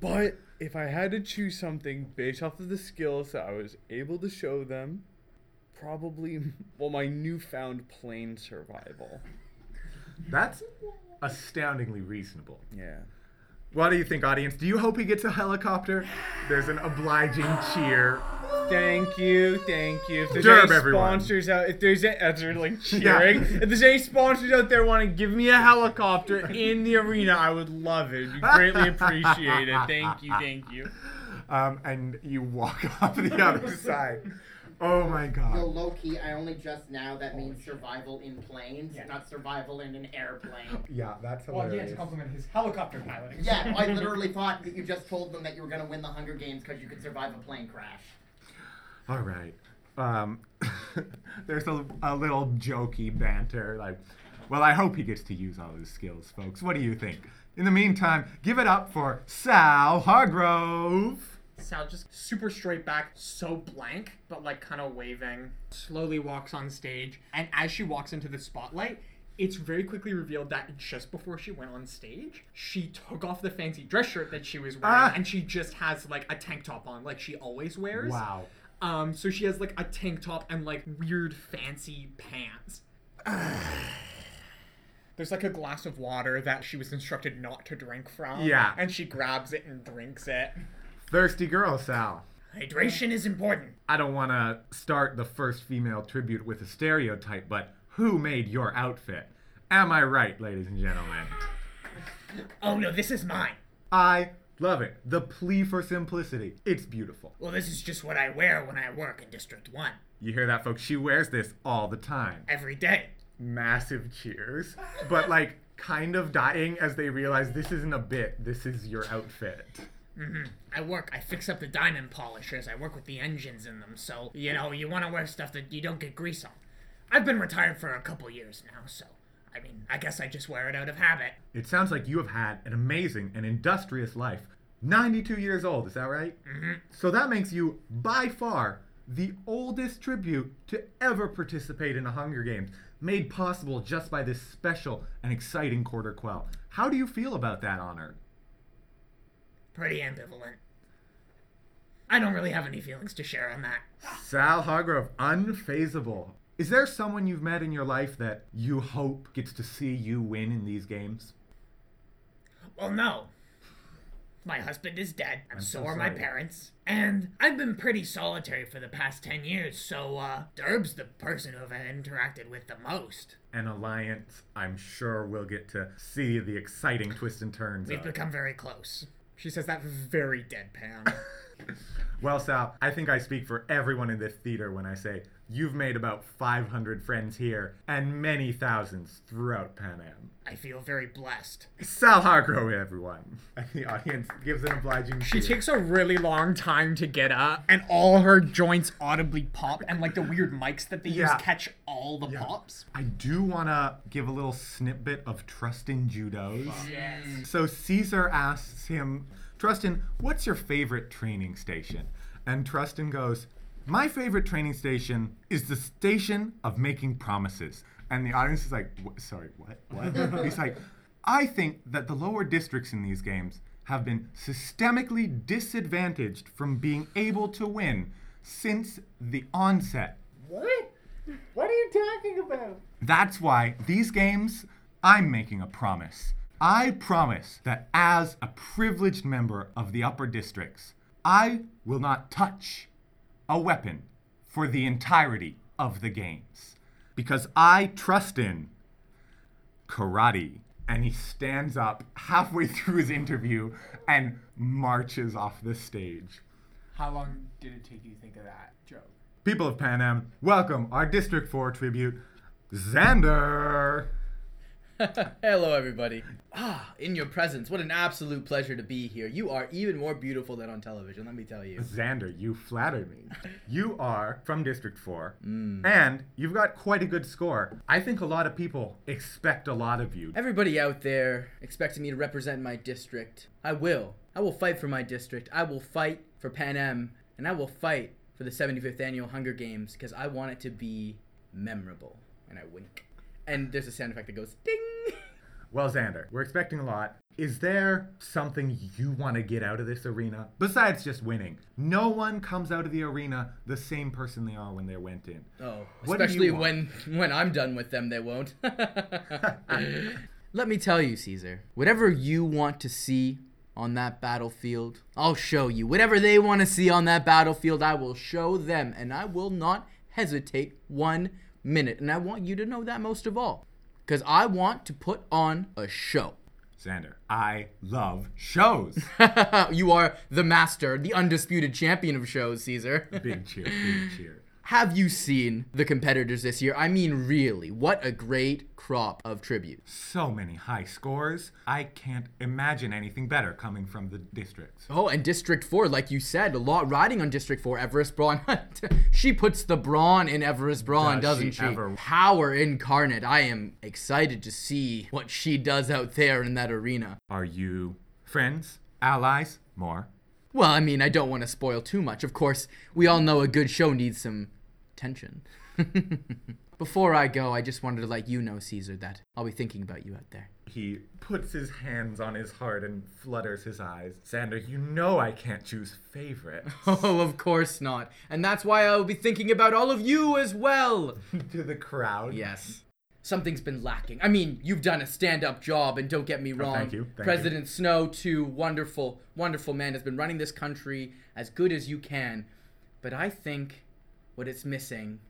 I: But if I had to choose something based off of the skills that I was able to show them, probably, well, my newfound plane survival.
C: That's astoundingly reasonable.
I: Yeah.
C: What do you think, audience? Do you hope he gets a helicopter? There's an obliging cheer.
I: Thank you, thank you. If there's
C: Derb,
I: any
C: everyone.
I: sponsors out, if there's a, as they're like
C: Yeah.
I: cheering, if there's any sponsors out there want to give me a helicopter in the arena, I would love it. It'd be greatly appreciated. Thank you, thank you.
C: Um, and you walk off the other side. Oh my
D: Yo,
C: god.
D: Loki, I only just now that means survival in planes, not survival in an airplane.
C: Yeah, that's
T: Well, he had
C: hilarious.
T: to compliment his helicopter piloting.
D: Yeah, I literally thought that you just told them that you were gonna win the Hunger Games because you could survive a plane crash.
C: All right. Um, there's a, a little jokey banter like, well, I hope he gets to use all his skills, folks. What do you think? In the meantime, give it up for Sal Hargrove.
K: Sal just super straight back, so blank, but like kind of waving, slowly walks on stage. And as she walks into the spotlight, it's very quickly revealed that just before she went on stage, she took off the fancy dress shirt that she was wearing
C: Ah.
K: and she just has like a tank top on, like she always wears.
C: Wow.
K: Um, so she has like a tank top and like weird fancy pants. There's like a glass of water that she was instructed not to drink from.
C: Yeah.
K: And she grabs it and drinks it.
C: Thirsty girl, Sal.
K: Hydration is important.
C: I don't want to start the first female tribute with a stereotype, but who made your outfit? Am I right, ladies and gentlemen?
K: Oh no, this is mine.
C: I love it. The plea for simplicity. It's beautiful.
K: Well, this is just what I wear when I work in District 1.
C: You hear that, folks? She wears this all the time.
K: Every day.
C: Massive cheers, but like kind of dying as they realize this isn't a bit, this is your outfit.
K: hmm I work, I fix up the diamond polishers, I work with the engines in them, so, you know, you want to wear stuff that you don't get grease on. I've been retired for a couple years now, so, I mean, I guess I just wear it out of habit.
C: It sounds like you have had an amazing and industrious life. 92 years old, is that right?
K: Mm-hmm.
C: So that makes you, by far, the oldest tribute to ever participate in a Hunger Games, made possible just by this special and exciting Quarter Quell. How do you feel about that honor?
R: Pretty ambivalent. I don't really have any feelings to share on that.
C: Sal Hargrove, unfazable. Is there someone you've met in your life that you hope gets to see you win in these games?
R: Well, no. My husband is dead, and
C: I'm
R: so,
C: so
R: are my
C: sorry.
R: parents. And I've been pretty solitary for the past 10 years, so, uh, Derb's the person who I've interacted with the most.
C: An alliance I'm sure we'll get to see the exciting twists and turns
R: We've
C: of.
R: become very close.
K: She says that very deadpan.
C: Well, Sal, I think I speak for everyone in this theater when I say you've made about 500 friends here and many thousands throughout Pan Am.
R: I feel very blessed.
C: Sal Hargrove, everyone. And the audience gives an obliging
K: She
C: cheer.
K: takes a really long time to get up, and all her joints audibly pop, and like the weird mics that they
C: Yeah.
K: use catch all the pops.
C: I do want to give a little snippet of Trustin Judo's. So Caesar asks him, Trustin, what's your favorite training station? And Trustin goes, My favorite training station is the station of making promises. And the audience is like, "Wha- Sorry, what? What? He's like, I think that the lower districts in these games have been systemically disadvantaged from being able to win since the onset
P: What? What are you talking about?
C: that's why these games, I'm making a promise. I promise that as a privileged member of the upper districts, I will not touch a weapon for the entirety of the games. Because I trust in karate. And he stands up halfway through his interview and marches off the stage.
U: How long did it take you to think of that joke?
C: People of Pan Am, welcome our District 4 tribute, Xander!
B: Hello, everybody. Ah, in your presence, what an absolute pleasure to be here. You are even more beautiful than on television, let me tell you.
C: Xander, you flatter me. You are from District 4, and you've got quite a good score. I think a lot of people expect a lot of you.
B: Everybody out there expecting me to represent my district. I will. I will fight for my district. I will fight for Pan Am, and I will fight for the 75th annual Hunger Games because I want it to be memorable. And I wink. And there's a sound effect that goes ding.
C: Well, Xander, we're expecting a lot. Is there something you want to get out of this arena besides just winning? No one comes out of the arena the same person they are when they went in.
B: Oh,
C: What do you
B: especially
C: want?
B: when when I'm done with them, they won't. Let me tell you, Caesar. Whatever you want to see on that battlefield, I'll show you. Whatever they want to see on that battlefield, I will show them, and I will not hesitate one minute. And I want you to know that most of all, because I want to put on a show.
C: Xander, I love shows.
B: you are the master, the undisputed champion of shows, Caesar.
C: Big cheer, big cheer.
B: Have you seen the competitors this year? I mean, really, what a great crop of tributes.
C: So many high scores. I can't imagine anything better coming from the districts.
B: Oh, and District 4, like you said, a lot riding on District 4. Everest Braun. she puts the brawn in Everest Braun,
C: Does
B: does not
C: she
B: she?
C: ever.
B: Power incarnate. I am excited to see what she does out there in that arena.
C: Are you friends, allies, more?
B: Well, I mean, I don't want to spoil too much. Of course, we all know a good show needs some tension. Before I go, I just wanted to let you know, Caesar, that I'll be thinking about you out there.
C: He puts his hands on his heart and flutters his eyes. Xander, you know I can't choose favorite.
B: Oh, of course not. And that's why I'll be thinking about all of you as well.
C: to the crowd.
B: Yes. Something's been lacking. I mean, you've done a stand up job, and don't get me wrong.
C: Oh, thank you, thank you.
B: President Snow, too, wonderful, wonderful man, has been running this country as good as you can. But I think what it's missing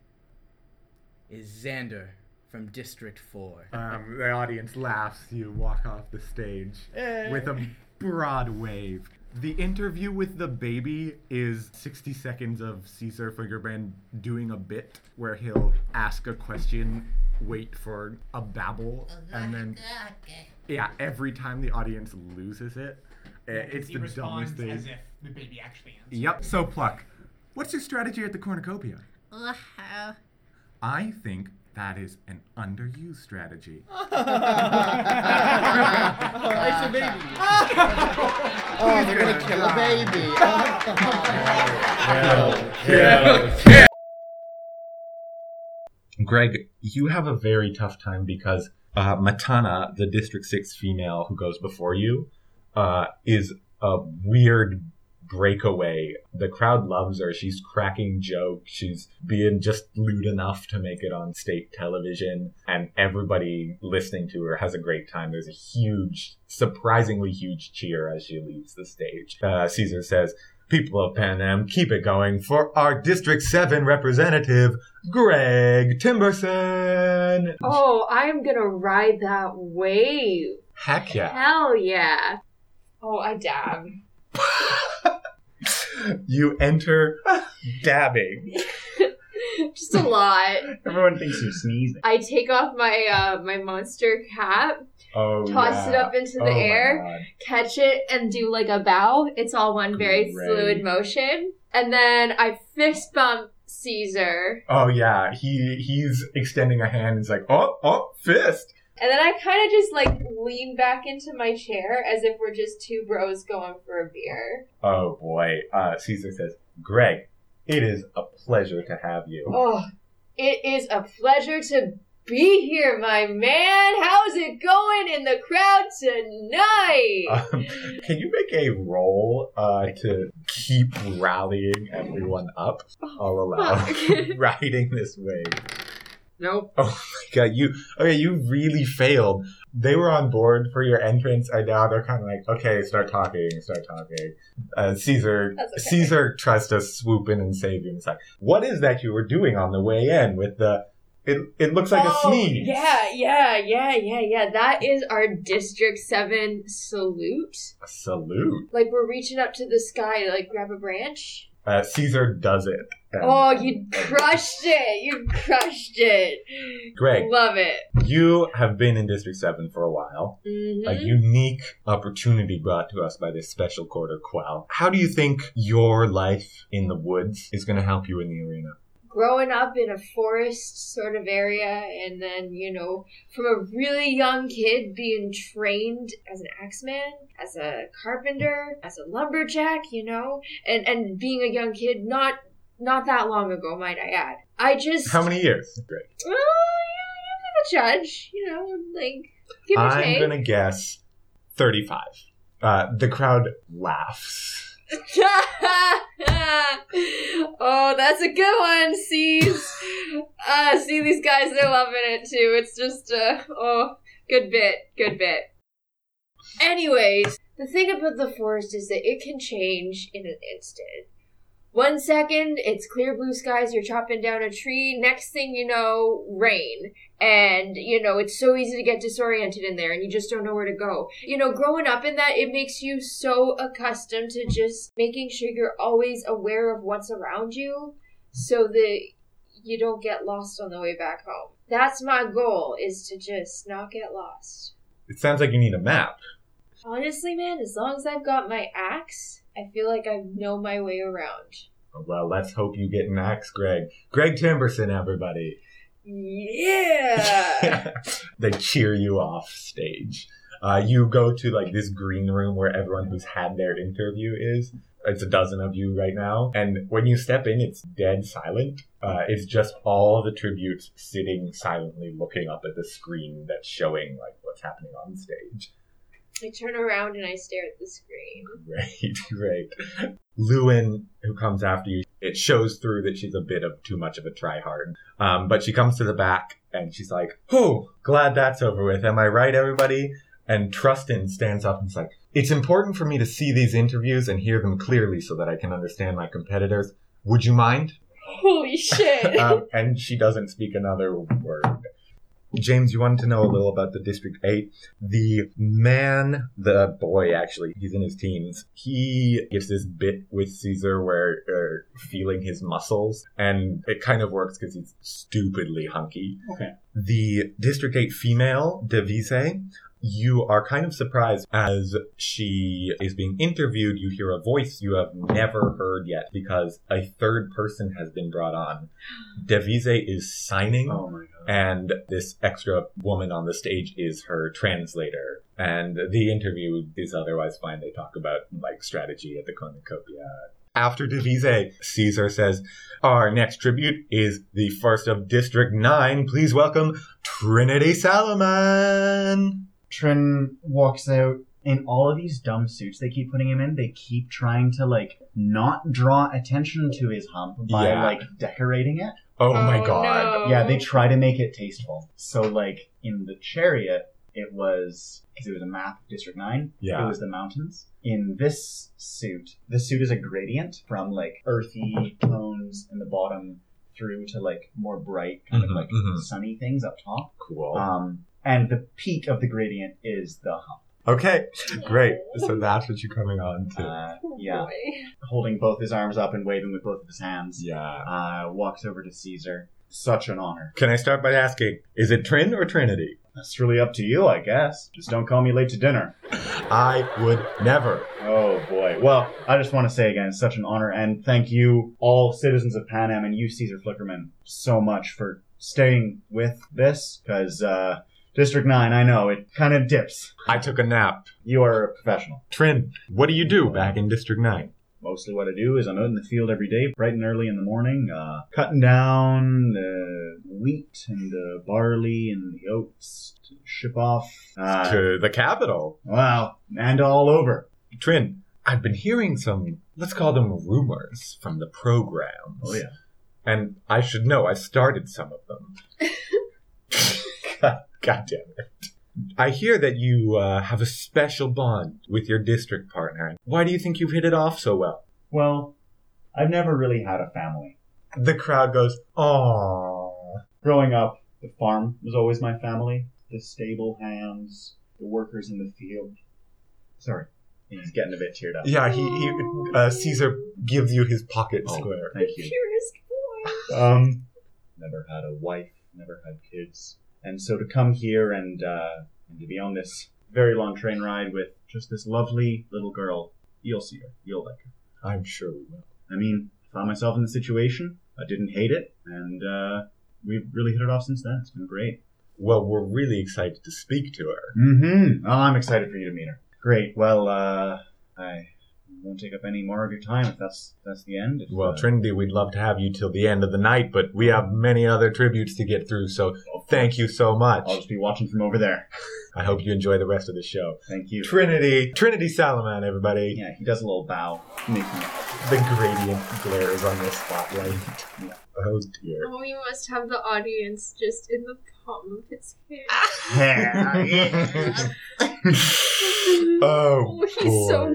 B: is Xander from District 4.
C: Um, the audience laughs. You walk off the stage
B: Eh.
C: with a broad wave. The interview with the baby is 60 seconds of Caesar Fingerbrand doing a bit where he'll ask a question, wait for a babble, and then. Yeah, every time the audience loses it, eh, it's
P: he
C: the
P: responds
C: dumbest thing.
P: as if the baby actually answered.
C: Yep. So pluck. What's your strategy at the cornucopia? I think that is an underused stratety.
P: It's a baby.
D: Oh, they're gonna kill
C: Ah.
D: a baby. Oh,
C: Kill, Greg, you have a very tough time because uh, Matana, the District 6 female who goes before you, uh, is a weird breakaway. The crowd loves her. She's cracking jokes. She's being just lewd enough to make it on state television. And everybody listening to her has a great time. There's a huge, surprisingly huge cheer as she leaves the stage. Uh, Caesar says, People of Pan Am, keep it going for our District 7 representative, Greg Timberson.
E: Oh, I'm gonna ride that wave.
C: Heck yeah.
E: Hell yeah. Oh, I dab.
C: You enter dabbing.
E: Just a lot.
H: Everyone thinks you're sneezing.
E: I take off my uh, my monster cap,
H: Oh,
E: toss
H: yeah.
E: it up into the
H: Oh my
E: air,
H: God.
E: catch it, and do like a bow. It's all one very
C: Great.
E: fluid motion. And then I fist bump Caesar.
C: Oh yeah, he he's extending a hand. He's like, oh oh, fist.
E: And then I kind of just like lean back into my chair as if we're just two bros going for a beer.
C: Oh boy. Uh, Caesar says, Greg, it is a pleasure to have you.
E: Oh, it is a pleasure to be here, my man. How's it going in the crowd tonight?
C: Um, can you make a roll uh, to keep rallying everyone up?
E: Oh,
C: I'll allow riding this wave.
E: Nope.
C: Oh my god, you okay? You really failed. They were on board for your entrance, and now they're kind of like, okay, start talking, start talking. Uh, Caesar,
E: That's okay.
C: Caesar tries to swoop in and save you. And it's like, what is that you were doing on the way in with the? It it looks like a
E: Oh,
C: sneeze.
E: Yeah, yeah, yeah, yeah, yeah. That is our District 7 salute.
C: A salute.
E: Like, we're reaching up to the sky to, like, grab a branch.
C: Uh, Caesar does it. And
E: Oh, you crushed it. You crushed it.
C: Greg.
E: Love it.
C: You have been in District 7 for a while.
E: Mhm.
C: A unique opportunity brought to us by this special quarter quell. How do you think your life in the woods is going to help you in the arena?
E: growing up in a forest sort of area and then you know from a really young kid being trained as an axeman as a carpenter as a lumberjack you know and and being a young kid not not that long ago might i add i just
C: How many years? Great.
E: well, yeah, i'm not a judge you know like give or
C: I'm
E: take
C: going to guess 35. Uh, the crowd laughs.
E: oh, that's a good one, C's. Uh, see these guys, they're loving it too. It's just uh oh, good bit, good bit. Anyways, the thing about the forest is that it can change in an instant. One second, it's clear blue skies, you're chopping down a tree. Next thing you know, rain. And, you know, it's so easy to get disoriented in there and you just don't know where to go. You know, growing up in that, it makes you so accustomed to just making sure you're always aware of what's around you so that you don't get lost on the way back home. That's my goal, is to just not get lost.
C: It sounds like you need a map.
E: Honestly, man, as long as I've got my axe, I feel like I know my way around.
C: Well, let's hope you get an axe, Greg. Greg Timberson, everybody.
E: Yeah!
C: they cheer you off stage. Uh, you go to like this green room where everyone who's had their interview is. It's a dozen of you right now, and when you step in, it's dead silent. Uh, it's just all the tributes sitting silently, looking up at the screen that's showing like what's happening on stage.
E: I turn around and I stare at the screen.
C: Right, right. Lewin, who comes after you, it shows through that she's a bit of too much of a tryhard. Um, but she comes to the back and she's like, "Oh, glad that's over with. Am I right, everybody?" And Trustin stands up and's like, "It's important for me to see these interviews and hear them clearly so that I can understand my competitors. Would you mind?"
E: Holy shit!
C: um, and she doesn't speak another word. James, you wanted to know a little about the District 8. The man, the boy actually, he's in his teens, he gets this bit with Caesar where er, feeling his muscles, and it kind of works because he's stupidly hunky.
H: Okay.
C: The District 8 female, Devise, You are kind of surprised as she is being interviewed. You hear a voice you have never heard yet because a third person has been brought on. Devise is signing,
M: Oh
C: and this extra woman on the stage is her translator. And the interview is otherwise fine. They talk about like strategy at the cornucopia. After Devise, Caesar says, Our next tribute is the first of District 9. Please welcome Trinity Salaman.
M: Trin walks out in all of these dumb suits they keep putting him in. They keep trying to like not draw attention to his hump by
C: Yeah.
M: like decorating it.
C: Oh my Oh, God. no.
M: Yeah, they try to make it tasteful. So like in the chariot, it was because it was a map of District Nine.
C: Yeah.
M: it was the mountains. In this suit, the suit is a gradient from like earthy tones in the bottom through to like more bright kind
C: Mhm,
M: of like
C: mhm.
M: sunny things up top.
C: Cool.
M: Um, and the peak of the gradient is the hump.
C: Okay, great. So that's what you're coming on to.
M: Uh, Yeah. Holding both his arms up and waving with both of his hands.
C: Yeah.
M: Uh, walks over to Caesar. Such an honor.
C: Can I start by asking, is it Trin or Trinity?
M: That's really up to you, I guess. Just don't call me late to dinner.
C: I would never.
M: Oh boy. Well, I just want to say again, it's such an honor, and thank you, all citizens of Pan Am, and you, Caesar Flickerman, so much for staying with this, because uh, District 9, I know, it kind of dips.
C: I took a nap.
M: You are a professional.
C: Trin, what do you do back in District 9?
M: Mostly what I do is I'm out in the field every day, bright and early in the morning, uh, cutting down the wheat and the barley and the oats to ship off. Uh,
C: to the capital.
M: Wow, and all over.
C: Trin, I've been hearing some, let's call them rumors from the programs.
M: Oh, yeah.
C: And I should know, I've started some of them. God, God damn it. I hear that you uh, have a special bond with your district partner. Why do you think you've hit it off so well?
M: Well, I've never really had a family.
C: The crowd goes, aww.
M: Growing up, the farm was always my family. The stable hands, the workers in the field. Sorry, he's getting a bit teared up.
C: Yeah, he, he uh, Caesar gives you his pocket
M: Oh,
C: square.
M: Thank you.
C: Um,
M: Never had a wife, never had kids. And so to come here and, uh, and to be on this very long train ride with just this lovely little girl, you'll see her. You'll like her.
C: I'm sure we will.
M: I mean, I found myself in the situation. I didn't hate it, and uh, we've really hit it off since then. It's been great.
C: Well, we're really excited to speak to her.
M: Mm-hmm. Oh, I'm excited for you to meet her. Great. Well, uh, I won't take up any more of your time if that's that's the end. If,
C: Well,
M: uh,
C: Trinity, we'd love to have you till the end of the night, but we have many other tributes to get through, so thank you so much. I'll
M: just be watching from over there.
C: I hope you enjoy the rest of the show.
M: Thank you.
C: Trinity, Trinity Salaman, everybody.
M: Yeah, he does a little bow.
C: The gradient glares on the spotlight. Oh dear.
E: Oh, you must have the audience just in the palm of his
C: hand. oh,
E: oh, he's so
C: boy.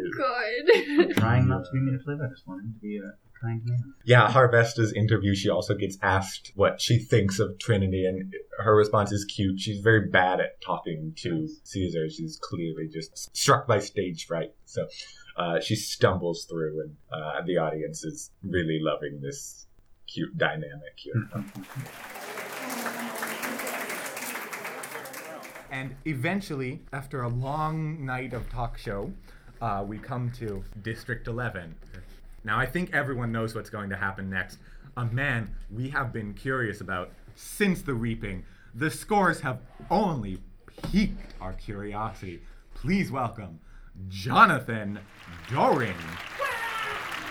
E: good.
M: trying not to be manipulative. I just want him to be uh, a kind man.
C: Yeah, Harvesta's interview, she also gets asked what she thinks of Trinity, and her response is cute. She's very bad at talking to Caesar. She's clearly just struck by stage fright. So uh, she stumbles through, and uh, the audience is really loving this cute dynamic here.
B: And eventually, after a long night of talk show, uh, we come to District 11. Now, I think everyone knows what's going to happen next. A man we have been curious about since the reaping. The scores have only piqued our curiosity. Please welcome Jonathan Doring.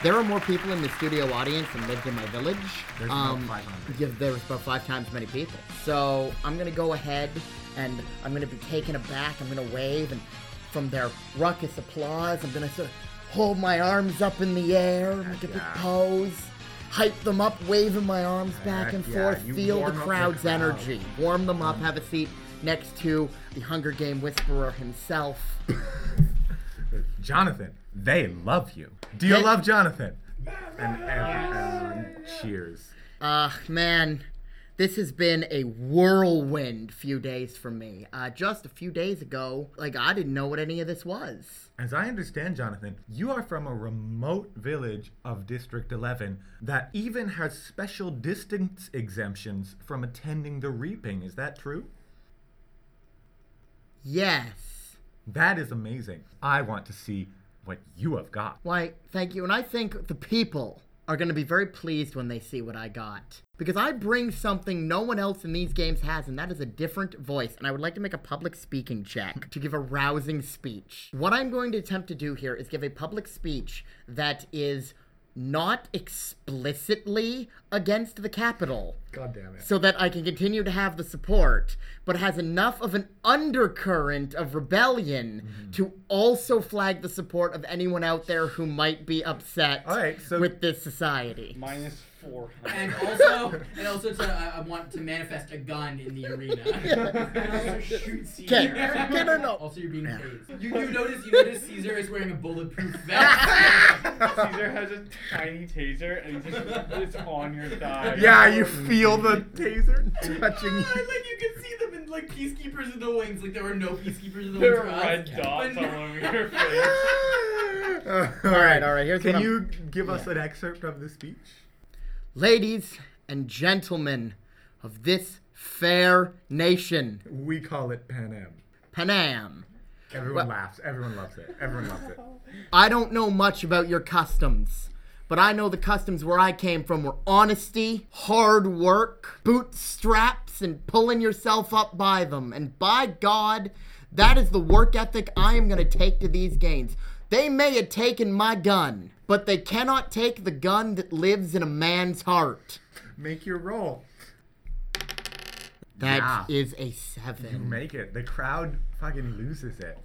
D: There are more people in the studio audience than lived in my village. Um,
B: There's about 500.
D: Yeah, there was about five times many people. So I'm gonna go ahead and I'm gonna be taken aback. I'm gonna wave, and from their ruckus applause, I'm gonna sort of hold my arms up in the air, make a big pose, hype them up, waving my arms back
I: Heck
D: and
I: yeah,
D: forth,
I: you
D: feel the
I: warm up the
D: crowd's
I: crowd. Um,
D: energy, warm them up, have a seat next to the Hunger Game Whisperer himself.
B: Jonathan, they love you. Do you love Jonathan? And everyone cheers.
D: Uh, man, this has been a whirlwind few days for me. Uh, just a few days ago, like, I didn't know what any of this was.
B: As I understand, Jonathan, you are from a remote village of District 11 that even has special distance exemptions from attending the reaping. Is that true?
D: Yes.
C: That is amazing. I want to see what you have got.
D: Why, thank you. And I think the people are going to be very pleased when they see what I got. Because I bring something no one else in these games has, and that is a different voice. And I would like to make a public speaking check to give a rousing speech. What I'm going to attempt to do here is give a public speech that is not explicitly against the capital.
H: God damn it.
D: So that I can continue to have the support, but has enough of an undercurrent of rebellion
H: Mm-hmm.
D: to also flag the support of anyone out there who might be upset with this society.
I: Minus four.
B: And also, and also to, uh, I I want to manifest a gun in the arena. and also shoot Caesar.
D: Okay. Okay, no, no.
B: Also, you're being paid. You, you notice you notice Caesar is wearing a bulletproof vest.
I: Caesar has a tiny taser and he's just, it's on your thigh.
H: Yeah, you feel the taser touching
B: Ah,
H: you.
B: like you can see them in like peacekeepers in the wings. Like there were no peacekeepers in the
I: There
B: wings for
I: are
B: us.
I: red dots
B: But-
I: all over your face.
D: all right, all right. Here's
H: Can
D: what I'm-
H: you give us an excerpt of the speech?
D: Ladies and gentlemen of this fair nation,
H: We call it Pan Am.
D: Panam.
H: Everyone
D: Well-
H: laughs. Everyone loves it. Everyone loves it.
D: I don't know much about your customs, but I know the customs where I came from were honesty, hard work, bootstraps, and pulling yourself up by them. And by God, that is the work ethic I am going to take to these games. They may have taken my gun, but they cannot take the gun that lives in a man's heart.
H: Make your roll.
D: That
H: Yeah.
D: is a
H: You
D: seven.
H: make it. The crowd fucking loses it.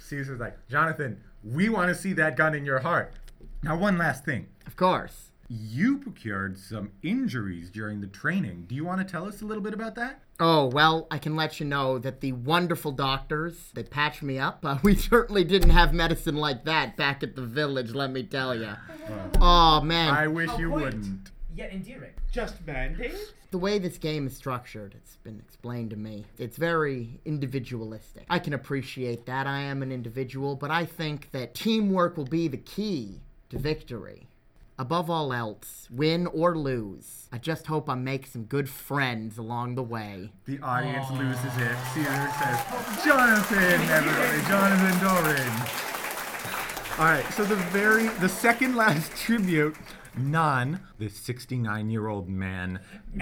H: Caesar's like, Jonathan, we want to see that gun in your heart.
C: Now, one last thing.
D: Of course.
C: You procured some injuries during the training. Do you want to tell us a little bit about that?
D: Oh, well, I can let you know that the wonderful doctors, they patched me up. Uh, we certainly didn't have medicine like that back at the village, let me tell you. Oh, man.
H: I wish you
U: point.
H: wouldn't.
U: Yet endearing. Just mandate?
D: The way this game is structured, it's been explained to me. It's very individualistic. I can appreciate that. I am an individual, but I think that teamwork will be the key to victory. Above all else, win or lose, I just hope I make some good friends along the way.
H: The audience loses it. Caesar says, Jonathan, everybody, Jonathan Doran. All right, so the very, the second last tribute, none.
C: This 69 year old man.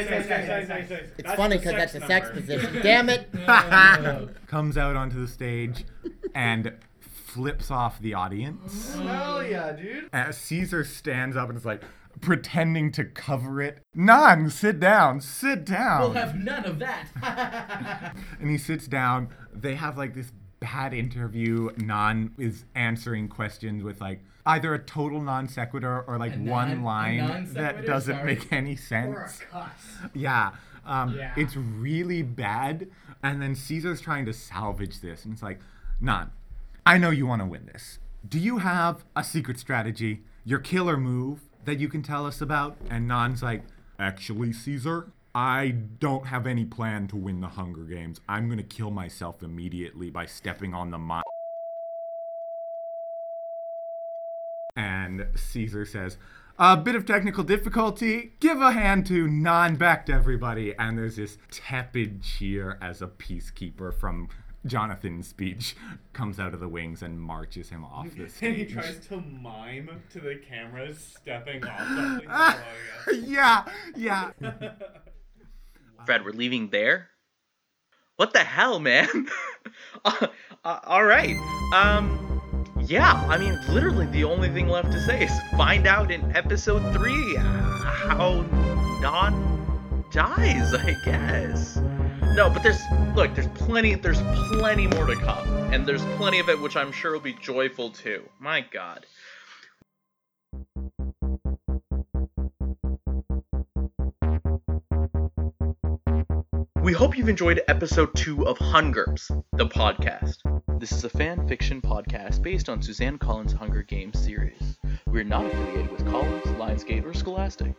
D: It's funny because that's a sex position. Damn it!
C: Comes out onto the stage and flips off the audience.
U: Hell yeah, dude.
C: As
H: Caesar stands up and is like, pretending to cover it. None, sit down, sit down.
B: We'll have none of that.
C: and he sits down. They have like this bad interview. Nan is answering questions with like either a total non sequitur or like
H: A
C: one
H: non- a
C: line
H: non-sequitur,
C: that doesn't
H: sorry.
C: make any sense.
H: Or a
U: cuss.
C: Yeah. Um,
H: Yeah.
C: It's really bad. And then Caesar's trying to salvage this. And it's like, Nan, I know you want to win this. Do you have a secret strategy, your killer move that you can tell us about? And Nan's like, Actually, Caesar, I don't have any plan to win the Hunger Games. I'm going to kill myself immediately by stepping on the mine. And Caesar says, a bit of technical difficulty. Give a hand to non backed everybody. And there's this tepid cheer as a peacekeeper from Jonathan's speech comes out of the wings and marches him off the
I: And he
C: stage.
I: tries to mime to the cameras stepping off something. and
H: yeah, yeah.
A: Fred, we're leaving there? What the hell, man? uh, uh, all right. Um, yeah, I mean, literally the only thing left to say is find out in episode three how Don dies, I guess. No, but there's look, there's plenty, there's plenty more to come, and there's plenty of it which I'm sure will be joyful too. My God. We hope you've enjoyed episode 2 of Hungerbs, the podcast. This is a fan fiction podcast based on Suzanne Collins' Hunger Games series. We're not affiliated with Collins, Lionsgate, or Scholastic.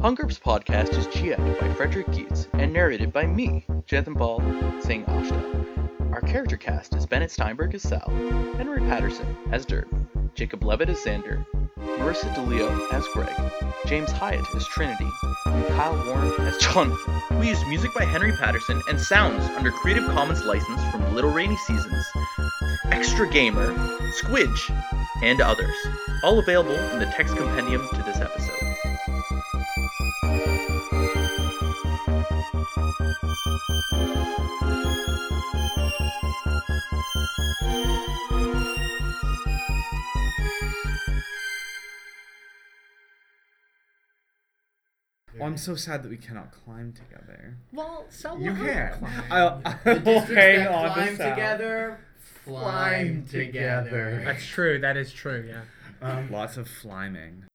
A: Hungerbs podcast is GM'd by Frederick Geets and narrated by me, Jethan Ball Singh Ashta. Our character cast is Bennett Steinberg as Sal, Henry Patterson as Dirk, Jacob Levitt as Xander, Marissa DeLeo as Greg, James Hyatt as Trinity, and Kyle Warren as Jonathan. We used music by Henry Patterson and sounds under Creative Commons license from Little Rainy Seasons, Extra Gamer, Squidge, and others. All available in the text compendium to this episode.
H: Oh, I'm so sad that we cannot climb together.
I: Well, so
H: You
I: what?
H: can.
I: Climb.
H: I'll,
I: The
H: I'll
I: districts
H: hang
I: that
H: on
I: climb
H: this out.
I: together,
H: Climb
I: That's true. That is true. Yeah.
C: Um,
H: Lots of fliming.